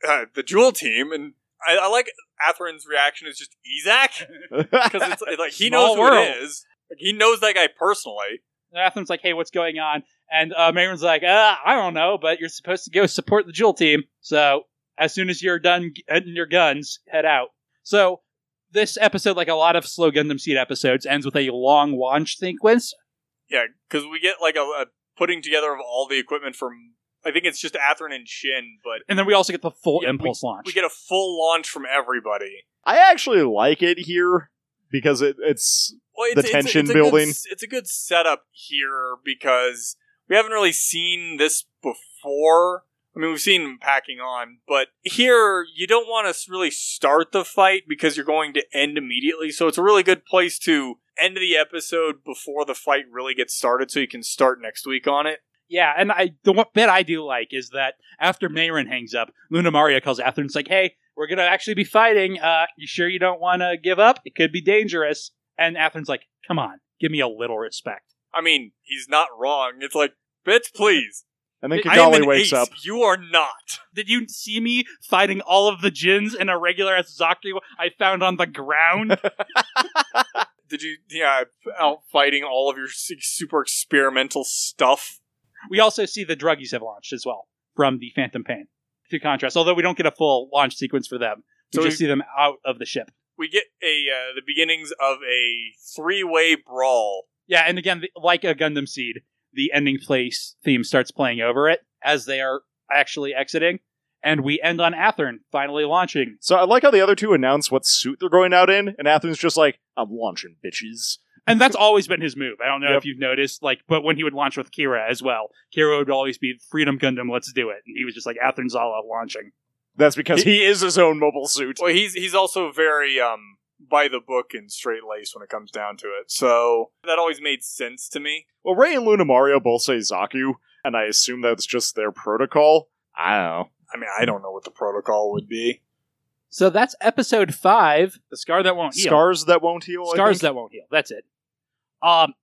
Speaker 6: uh, uh, the Jewel team, and I, I like Atherin's reaction is just Ezak because it's like he knows
Speaker 4: Small
Speaker 6: who
Speaker 4: world.
Speaker 6: it is. Like, he knows that guy personally.
Speaker 4: Atham's like, "Hey, what's going on?" And uh, Mayron's like, uh, "I don't know, but you're supposed to go support the Jewel team. So as soon as you're done getting your guns, head out." So this episode, like a lot of slow Gundam Seed episodes, ends with a long launch sequence.
Speaker 6: Yeah, because we get like a, a putting together of all the equipment from. I think it's just Atherin and Shin, but
Speaker 4: And then we also get the full
Speaker 6: Yeah,
Speaker 4: impulse launch.
Speaker 6: we get a full launch from everybody.
Speaker 5: I actually like it here because it, it's
Speaker 6: Well,
Speaker 5: The tension
Speaker 6: a good
Speaker 5: building.
Speaker 6: s- it's a good setup here because we haven't really seen this before. I mean, we've seen packing on, but here you don't want to really start the fight because you're going to end immediately. So it's a really good place to end the episode before the fight really gets started, so you can start next week on it.
Speaker 4: yeah, and I the one bit I do like is that after Mayron hangs up, Luna Maria calls Atherin's like, "Hey, we're gonna actually be fighting. Uh, you sure you don't want to give up? It could be dangerous." And Atherin's like, "Come on, give me a little respect."
Speaker 6: I mean, he's not wrong. It's like, bitch, please.
Speaker 5: and then
Speaker 6: I am
Speaker 5: Kigali
Speaker 6: an
Speaker 5: wakes
Speaker 6: ace.
Speaker 5: up.
Speaker 6: You are not.
Speaker 4: Did you see me fighting all of the gins in a regular ass Zaki I found on the ground?
Speaker 6: Did you? Yeah, out fighting all of your su- super experimental stuff.
Speaker 4: we also see the druggies have launched as well from the Phantom Pain. To contrast, although we don't get a full launch sequence for them, we
Speaker 6: So
Speaker 4: just see them out of the ship.
Speaker 6: We get a uh, the beginnings of a three way brawl.
Speaker 4: Yeah, and again, the, like a Gundam Seed, the ending place theme starts playing over it as they are actually exiting, and we end on Athern finally launching.
Speaker 5: So I like how the other two announce what suit they're going out in, and Athens just like, "I'm launching, bitches."
Speaker 4: And that's always been his move. I don't know
Speaker 5: Yep.
Speaker 4: if you've noticed, like, but when he would launch with Kira as well, Kira would always be Freedom Gundam, let's do it. And he was just like Athens all out launching.
Speaker 5: That's because he is his own mobile suit.
Speaker 6: Well, he's he's also very um by the book and straight laced when it comes down to it. So that always made sense to me.
Speaker 5: Well, Ray and Luna Mario both say Zaku, and I assume that's just their protocol. I don't know.
Speaker 6: I mean, I don't know what the protocol would be.
Speaker 4: So that's episode five, the scar that won't heal.
Speaker 5: Scars that won't heal. I
Speaker 4: Scars
Speaker 5: think?
Speaker 4: that won't heal. That's it. Um,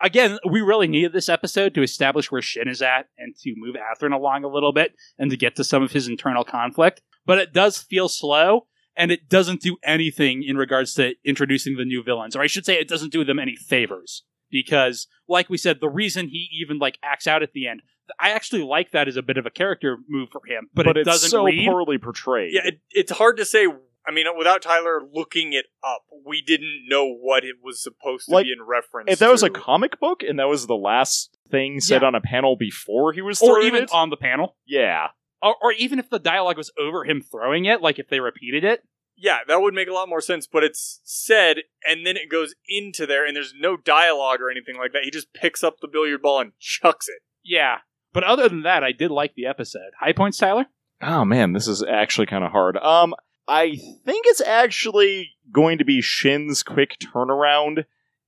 Speaker 4: again, we really needed this episode to establish where Shin is at and to move Atherin along a little bit and to get to some of his internal conflict. But it does feel slow, and it doesn't do anything in regards to introducing the new villains, or I should say, it doesn't do them any favors because, like we said, the reason he even like acts out at the end, I actually like that as a bit of a character move for him, but, it
Speaker 5: it's
Speaker 4: doesn't
Speaker 5: so
Speaker 4: read.
Speaker 5: poorly portrayed.
Speaker 6: Yeah, it, it's hard to say. I mean, without Tyler looking it up, we didn't know what it was supposed to
Speaker 5: Like,
Speaker 6: be in reference.
Speaker 5: if that was a
Speaker 6: to.
Speaker 5: comic book and that was the last thing said on a panel before he was
Speaker 4: or
Speaker 5: thrown
Speaker 4: even
Speaker 5: it,
Speaker 4: on the panel,
Speaker 5: yeah,
Speaker 4: or, or even if the dialogue was over him throwing it, like if they repeated it.
Speaker 6: Yeah, that would make a lot more sense, but it's said and then it goes into there and there's no dialogue or anything like that. He just picks up the billiard ball and chucks it.
Speaker 4: Yeah. But other than that, I did like the episode. High points, Tyler?
Speaker 5: Oh man, this is actually kind of hard. Um, I think it's actually going to be Shin's quick turnaround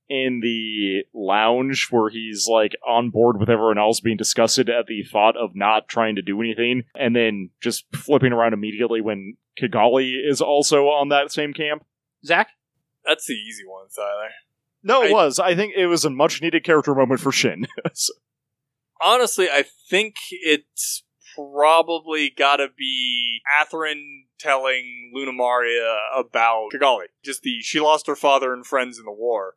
Speaker 5: in the lounge where he's like on board with everyone else being disgusted at the thought of not trying to do anything, and then just flipping around immediately when Kigali is also on that same camp.
Speaker 4: Zach?
Speaker 6: That's the easy one, Tyler.
Speaker 5: No, it
Speaker 6: I-
Speaker 5: was. I think it was a much needed character moment for Shin. So-
Speaker 6: Honestly, I think it's probably gotta be Atherin telling Lunamaria about Kigali. Just the she lost her father and friends in the war.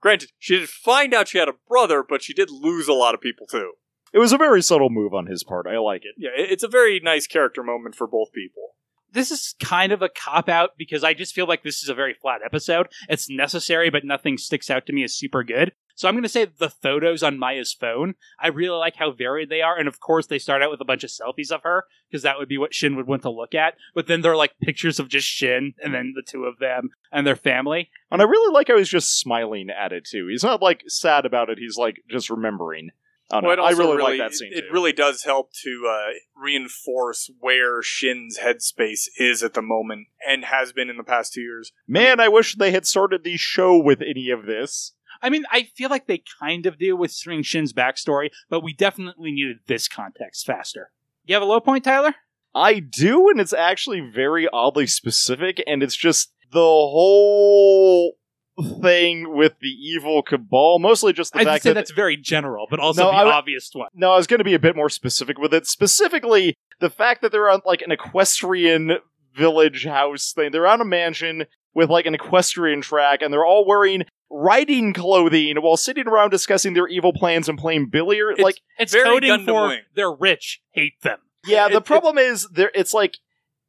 Speaker 6: Granted, she did find out she had a brother, but she did lose a lot of people too.
Speaker 5: it was a very subtle move on his part. I like it.
Speaker 6: Yeah, it- it's a very nice character moment for both people.
Speaker 4: this is kind of a cop out because I just feel like this is a very flat episode. It's necessary, but nothing sticks out to me as super good. So I'm going to say the photos on Maya's phone. I really like how varied they are, and of course they start out with a bunch of selfies of her because that would be what Shin would want to look at. But then they're like pictures of just Shin and then the two of them and their family.
Speaker 5: And I really like how he's just smiling at it too. He's not like sad about it. He's like just remembering. I, don't know.
Speaker 6: Well, it
Speaker 5: I
Speaker 6: also
Speaker 5: really, like that scene.
Speaker 6: It, it
Speaker 5: too.
Speaker 6: really does help to uh, reinforce where Shin's headspace is at the moment and has been in the past two years.
Speaker 5: Man, I wish they had started the show with any of this.
Speaker 4: I mean, I feel like they kind of do with String Shin's backstory, but we definitely needed this context faster. You have a low point, Tyler?
Speaker 5: I do, and it's actually very oddly specific, and it's just the whole thing with the evil cabal. Mostly just the
Speaker 4: I'd
Speaker 5: fact
Speaker 4: say
Speaker 5: that
Speaker 4: that's very general, but also
Speaker 5: No,
Speaker 4: the
Speaker 5: I would-
Speaker 4: obvious one.
Speaker 5: No, I was going to be a bit more specific with it. Specifically, the fact that they're on like an equestrian village house thing. They're on a mansion with like an equestrian track, and they're all wearing riding clothing while sitting around discussing their evil plans and playing billiards.
Speaker 4: It's-
Speaker 5: Like,
Speaker 4: It's
Speaker 6: Very
Speaker 4: coding
Speaker 6: Gundam
Speaker 4: for
Speaker 6: Wing.
Speaker 4: they're rich, hate them.
Speaker 5: yeah, the
Speaker 6: it-
Speaker 5: problem is there. It's like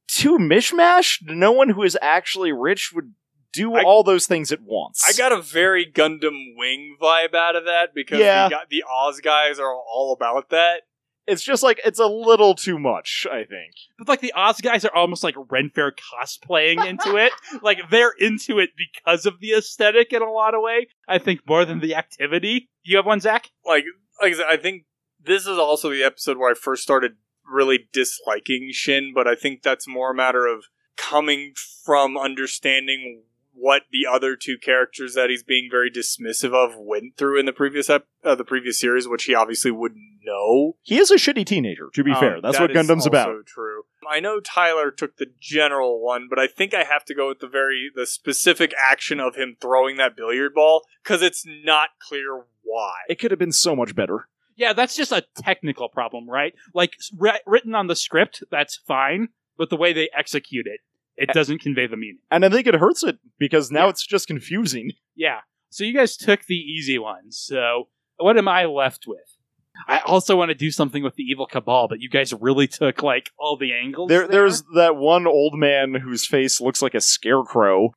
Speaker 5: too mishmash. No one who is actually rich would do
Speaker 6: I-
Speaker 5: all those things at once.
Speaker 6: I got a very Gundam Wing vibe out of that because
Speaker 5: Yeah.
Speaker 6: the, gu- the Oz guys are all about that.
Speaker 5: it's just like it's a little too much. I think.
Speaker 4: But like the Oz guys are almost like Ren Fair cosplaying into it. Like they're into it because of the aesthetic in a lot of way. I think more than the activity. You have one, Zach?
Speaker 6: Like, like I said, I think this is also the episode where I first started really disliking Shin, but I think that's more a matter of coming from understanding what the other two characters that he's being very dismissive of went through in the previous ep- uh, the previous series, which he obviously wouldn't know.
Speaker 5: He is a shitty teenager. To be
Speaker 6: Um,
Speaker 5: fair, that's
Speaker 6: that
Speaker 5: what
Speaker 6: is
Speaker 5: Gundam's
Speaker 6: also
Speaker 5: about.
Speaker 6: True. I know Tyler took the general one, but I think I have to go with the very the specific action of him throwing that billiard ball because it's not clear why.
Speaker 5: It could have been so much better.
Speaker 4: Yeah, that's just a technical problem, right? Like ri- written on the script, that's fine, but the way they execute it,
Speaker 5: Eh.
Speaker 4: it doesn't convey the meaning.
Speaker 5: And I think it hurts it because now it's just confusing.
Speaker 4: Yeah. So you guys took the easy one. So what am I left with? I also want to do something with the evil cabal, but you guys really took like all the angles.
Speaker 5: There, there's that one old man whose face looks like a scarecrow.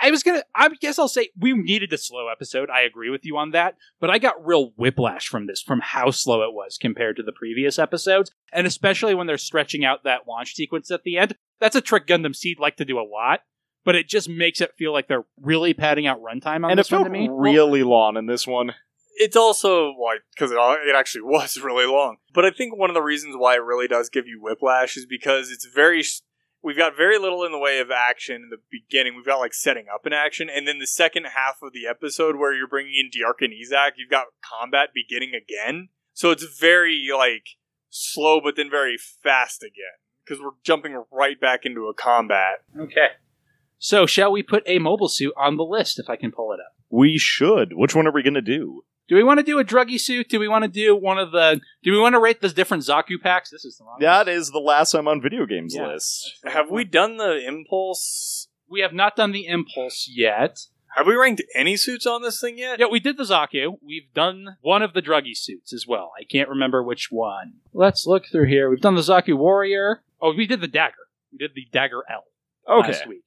Speaker 4: I was gonna. I guess I'll say we needed a slow episode. I agree with you on that, but I got real whiplash from this, from how slow it was compared to the previous episodes, and especially when they're stretching out that launch sequence at the end. That's a trick Gundam Seed like to do a lot, but it just makes it feel like they're really padding out runtime on
Speaker 5: and it
Speaker 4: this one
Speaker 5: felt
Speaker 4: to me.
Speaker 5: really long in this one.
Speaker 6: It's also like because it, al- it actually was really long, but I think one of the reasons why it really does give you whiplash is because it's very. s- We've got very little in the way of action in the beginning. We've got like setting up an action, and then the second half of the episode where you're bringing in Diark and Izak, you've got combat beginning again. So it's very like slow, but then very fast again because we're jumping right back into a combat.
Speaker 4: Okay. So shall we put a mobile suit on the list if I can pull it up?
Speaker 5: We should. Which one are we going to do?
Speaker 4: Do we want to do a druggy suit? Do we want to do one of the? Do we want to rate the different Zaku packs? This is the wrong.
Speaker 5: That is the last time on video games
Speaker 4: Yeah.
Speaker 5: list.
Speaker 6: Have we done the impulse?
Speaker 4: We have not done the impulse yet.
Speaker 6: Have we ranked any suits on this thing yet?
Speaker 4: Yeah, we did the Zaku. We've done one of the druggy suits as well. I can't remember which one. Let's look through here. We've done the Zaku Warrior. Oh, we did the Dagger. We did the Dagger L
Speaker 5: Okay.
Speaker 4: last week.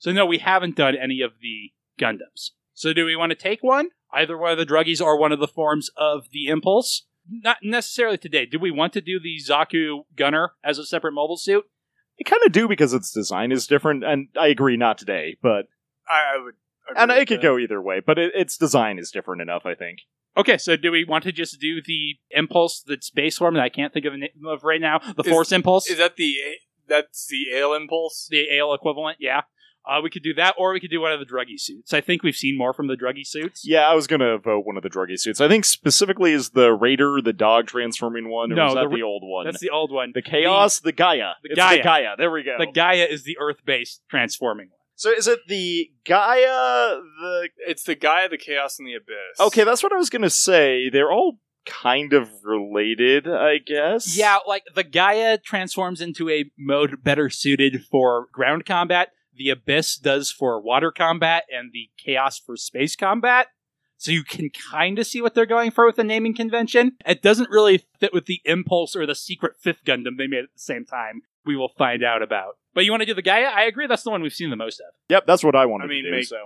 Speaker 4: So no, we haven't done any of the Gundams. So do we want to take one? Either one of the druggies or one of the forms of the impulse? Not necessarily today. Do we want to do the Zaku Gunner as a separate mobile suit?
Speaker 5: I kind of do because its design is different, and I agree not today, but
Speaker 6: I, I would. agree
Speaker 5: and
Speaker 6: with
Speaker 5: it could
Speaker 6: that.
Speaker 5: go either way. But it, its design is different enough, I think.
Speaker 4: Okay, so do we want to just do the impulse that's base form that I can't think of a name of right now? The
Speaker 6: Is-
Speaker 4: force impulse?
Speaker 6: Is that the that's the ale impulse?
Speaker 4: the ale equivalent. Yeah, uh, we could do that, or we could do one of the druggy suits. I think we've seen more from the druggy suits.
Speaker 5: Yeah, I was going to vote one of the druggy suits. I think specifically is the raider, the dog transforming one, or
Speaker 4: No,
Speaker 5: is that
Speaker 4: the
Speaker 5: the,
Speaker 4: ra-
Speaker 5: old one?
Speaker 4: that's the old one.
Speaker 5: The chaos, the, Gaia.
Speaker 4: the
Speaker 5: it's
Speaker 4: Gaia.
Speaker 5: the Gaia. There we go.
Speaker 4: The Gaia is the Earth-based transforming one.
Speaker 5: so is it the Gaia? The
Speaker 6: It's the guy of the chaos and the abyss.
Speaker 5: okay, that's what I was gonna say. They're all kind of related, I guess.
Speaker 4: Yeah, like the Gaia transforms into a mode better suited for ground combat. The Abyss does for water combat, and the Chaos for space combat. So you can kind of see what they're going for with the naming convention. It doesn't really fit with the Impulse or the Secret Fifth Gundam they made at the same time. We will find out about. But you want to do the Gaia? I agree. That's the one we've seen the most of.
Speaker 5: Yep, that's what I wanted
Speaker 6: I mean,
Speaker 5: to do.
Speaker 6: make,
Speaker 5: so.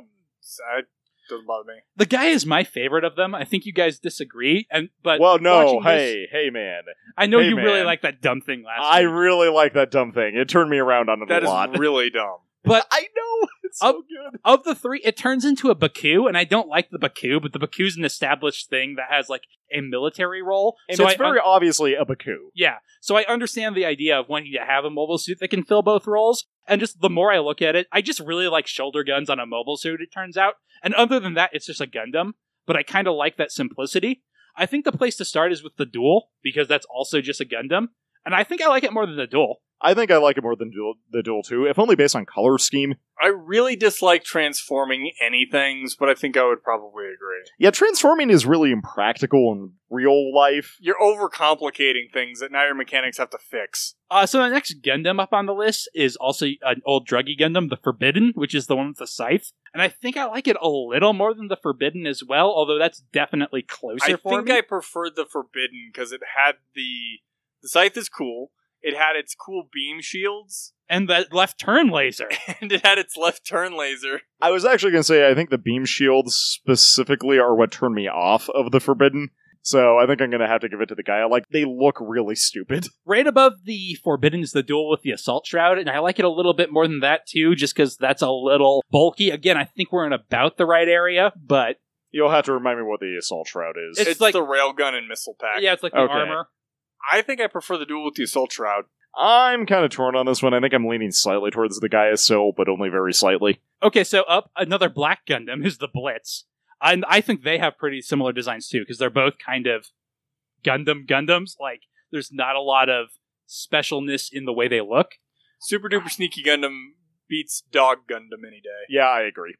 Speaker 6: I, doesn't bother me.
Speaker 4: The Gaia is my favorite of them. I think you guys disagree, and but
Speaker 5: well, no,
Speaker 4: watching this-
Speaker 5: hey, hey, man,
Speaker 4: I know
Speaker 5: hey,
Speaker 4: you really
Speaker 5: man.
Speaker 4: like that dumb thing last.
Speaker 5: I
Speaker 4: I
Speaker 5: really like that dumb thing. It turned me around on it
Speaker 6: That
Speaker 5: a
Speaker 6: is
Speaker 5: lot.
Speaker 6: really dumb.
Speaker 4: but
Speaker 5: I know it's
Speaker 4: Up-
Speaker 5: so good.
Speaker 4: of the three, it turns into a Baku, and I don't like the Baku, but the Baku's an established thing that has like a military role.
Speaker 5: And
Speaker 4: so
Speaker 5: it's
Speaker 4: I
Speaker 5: very obviously a Baku.
Speaker 4: Yeah. So I understand the idea of wanting to have a mobile suit that can fill both roles. And just the more I look at it, I just really like shoulder guns on a mobile suit, it turns out. And other than that, it's just a Gundam. But I kind of like that simplicity. I think the place to start is with the duel, because that's also just a Gundam. And I think I like it more than the duel.
Speaker 5: I think I like it more than Duel, the Duel 2, if only based on color scheme.
Speaker 6: I really dislike transforming anythings, but I think I would probably agree.
Speaker 5: Yeah, transforming is really impractical in real life.
Speaker 6: You're overcomplicating things that now your mechanics have to fix.
Speaker 4: Uh, so the next Gundam up on the list is also an old druggy Gundam, the Forbidden, which is the one with the scythe. And I think I like it a little more than the Forbidden as well, although that's definitely closer
Speaker 6: I
Speaker 4: for
Speaker 6: think
Speaker 4: me.
Speaker 6: I preferred the Forbidden because it had the the scythe is cool. It had its cool beam shields,
Speaker 4: and the left turn laser.
Speaker 6: and it had its left turn laser.
Speaker 5: I was actually going to say, I think the beam shields specifically are what turned me off of the Forbidden. So I think I'm going to have to give it to the guy. Like, they look really stupid.
Speaker 4: right above the forbidden is the duel with the assault shroud and i like it a little bit more than that too just because that's a little bulky again i think we're in about the right area but
Speaker 5: You'll have to remind me what the Assault Shroud is.
Speaker 4: It's
Speaker 6: It's,
Speaker 4: like-
Speaker 6: the railgun and missile pack.
Speaker 4: uh, yeah it's like the
Speaker 5: Okay.
Speaker 4: armor
Speaker 6: I think I prefer the duel with the assault shroud.
Speaker 5: I'm kind of torn on this one. I think I'm leaning slightly towards the Gaia still, but only very slightly.
Speaker 4: okay so up another black gundam is the blitz and i think they have pretty similar designs too because they're both kind of gundam gundams like there's not a lot of specialness in the way they look
Speaker 6: Super duper sneaky Gundam beats dog Gundam any day.
Speaker 5: Yeah, I agree.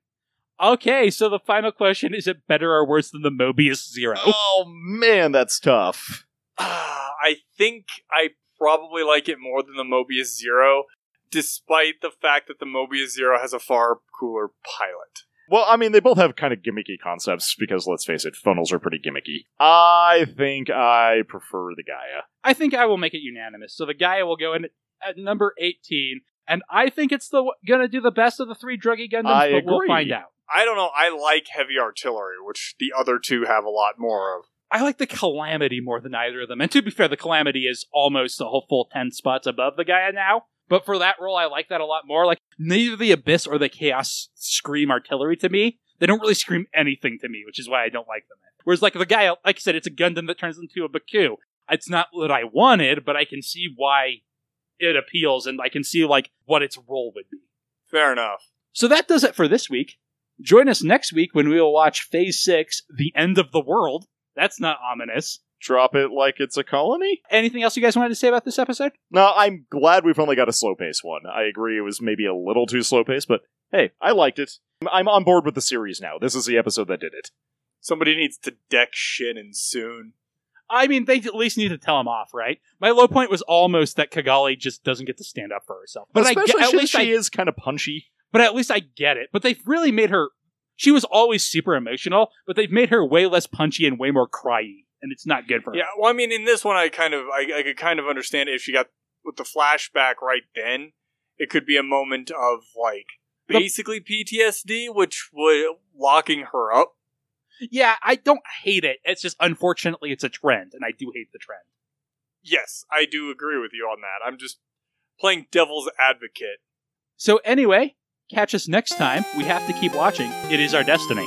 Speaker 4: okay so the final question is it better or worse than the mobius zero
Speaker 5: Oh man, that's tough.
Speaker 6: Ah, I think I probably like it more than the Mobius Zero, despite the fact that the Mobius Zero has a far cooler pilot.
Speaker 5: Well, I mean, they both have kind of gimmicky concepts because let's face it, funnels are pretty gimmicky. I think I prefer the Gaia.
Speaker 4: I think I will make it unanimous. So the guy will go in at number 18, and I think it's the going to do the best of the three druggy Gundams,
Speaker 5: I
Speaker 4: but we'll
Speaker 5: agree.
Speaker 4: find out.
Speaker 6: I don't know. I like heavy artillery, which the other two have a lot more of.
Speaker 4: I like the Calamity more than either of them. And to be fair, the Calamity is almost a whole full 10 spots above the Gaia now. But for that role, I like that a lot more. Like, neither the Abyss or the Chaos scream artillery to me. They don't really scream anything to me, which is why I don't like them. Whereas, like, the Gaia, like I said, it's a Gundam that turns into a Baku. It's not what I wanted, but I can see why it appeals and I can see, like, what its role would be.
Speaker 6: Fair enough.
Speaker 4: So that does it for this week. Join us next week when we will watch Phase 6, The End of the World. That's not ominous.
Speaker 5: Drop it like it's a colony?
Speaker 4: Anything else you guys wanted to say about this episode?
Speaker 5: No, I'm glad we've only got a slow pace one. I agree it was maybe a little too slow paced, but hey, I liked it. I'm- I'm on board with the series now. This is the episode that did it.
Speaker 6: Somebody needs to deck Shin soon.
Speaker 4: I mean, they at least need to tell him off, right? My low point was almost that Kigali just doesn't get to stand up for herself. But I get,
Speaker 5: especially
Speaker 4: at
Speaker 5: since
Speaker 4: least
Speaker 5: she
Speaker 4: I,
Speaker 5: is kind of punchy.
Speaker 4: but at least I get it. But they've really made her. She was always super emotional, but they've made her way less punchy and way more cryy, and it's not good for her.
Speaker 6: Yeah. Well, I mean, in this one, I kind of, I, I could kind of understand if she got with the flashback right then. It could be a moment of like
Speaker 4: The-
Speaker 6: basically PTSD, which would locking her up
Speaker 4: yeah, I don't hate it. It's just unfortunately it's a trend, and I do hate the trend.
Speaker 6: Yes, I do agree with you on that. I'm just playing devil's advocate.
Speaker 4: So anyway, catch us next time. We have to keep watching. It is our destiny.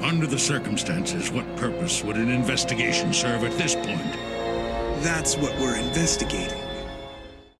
Speaker 7: Under the circumstances, what purpose would an investigation serve at this point?
Speaker 2: That's what we're investigating.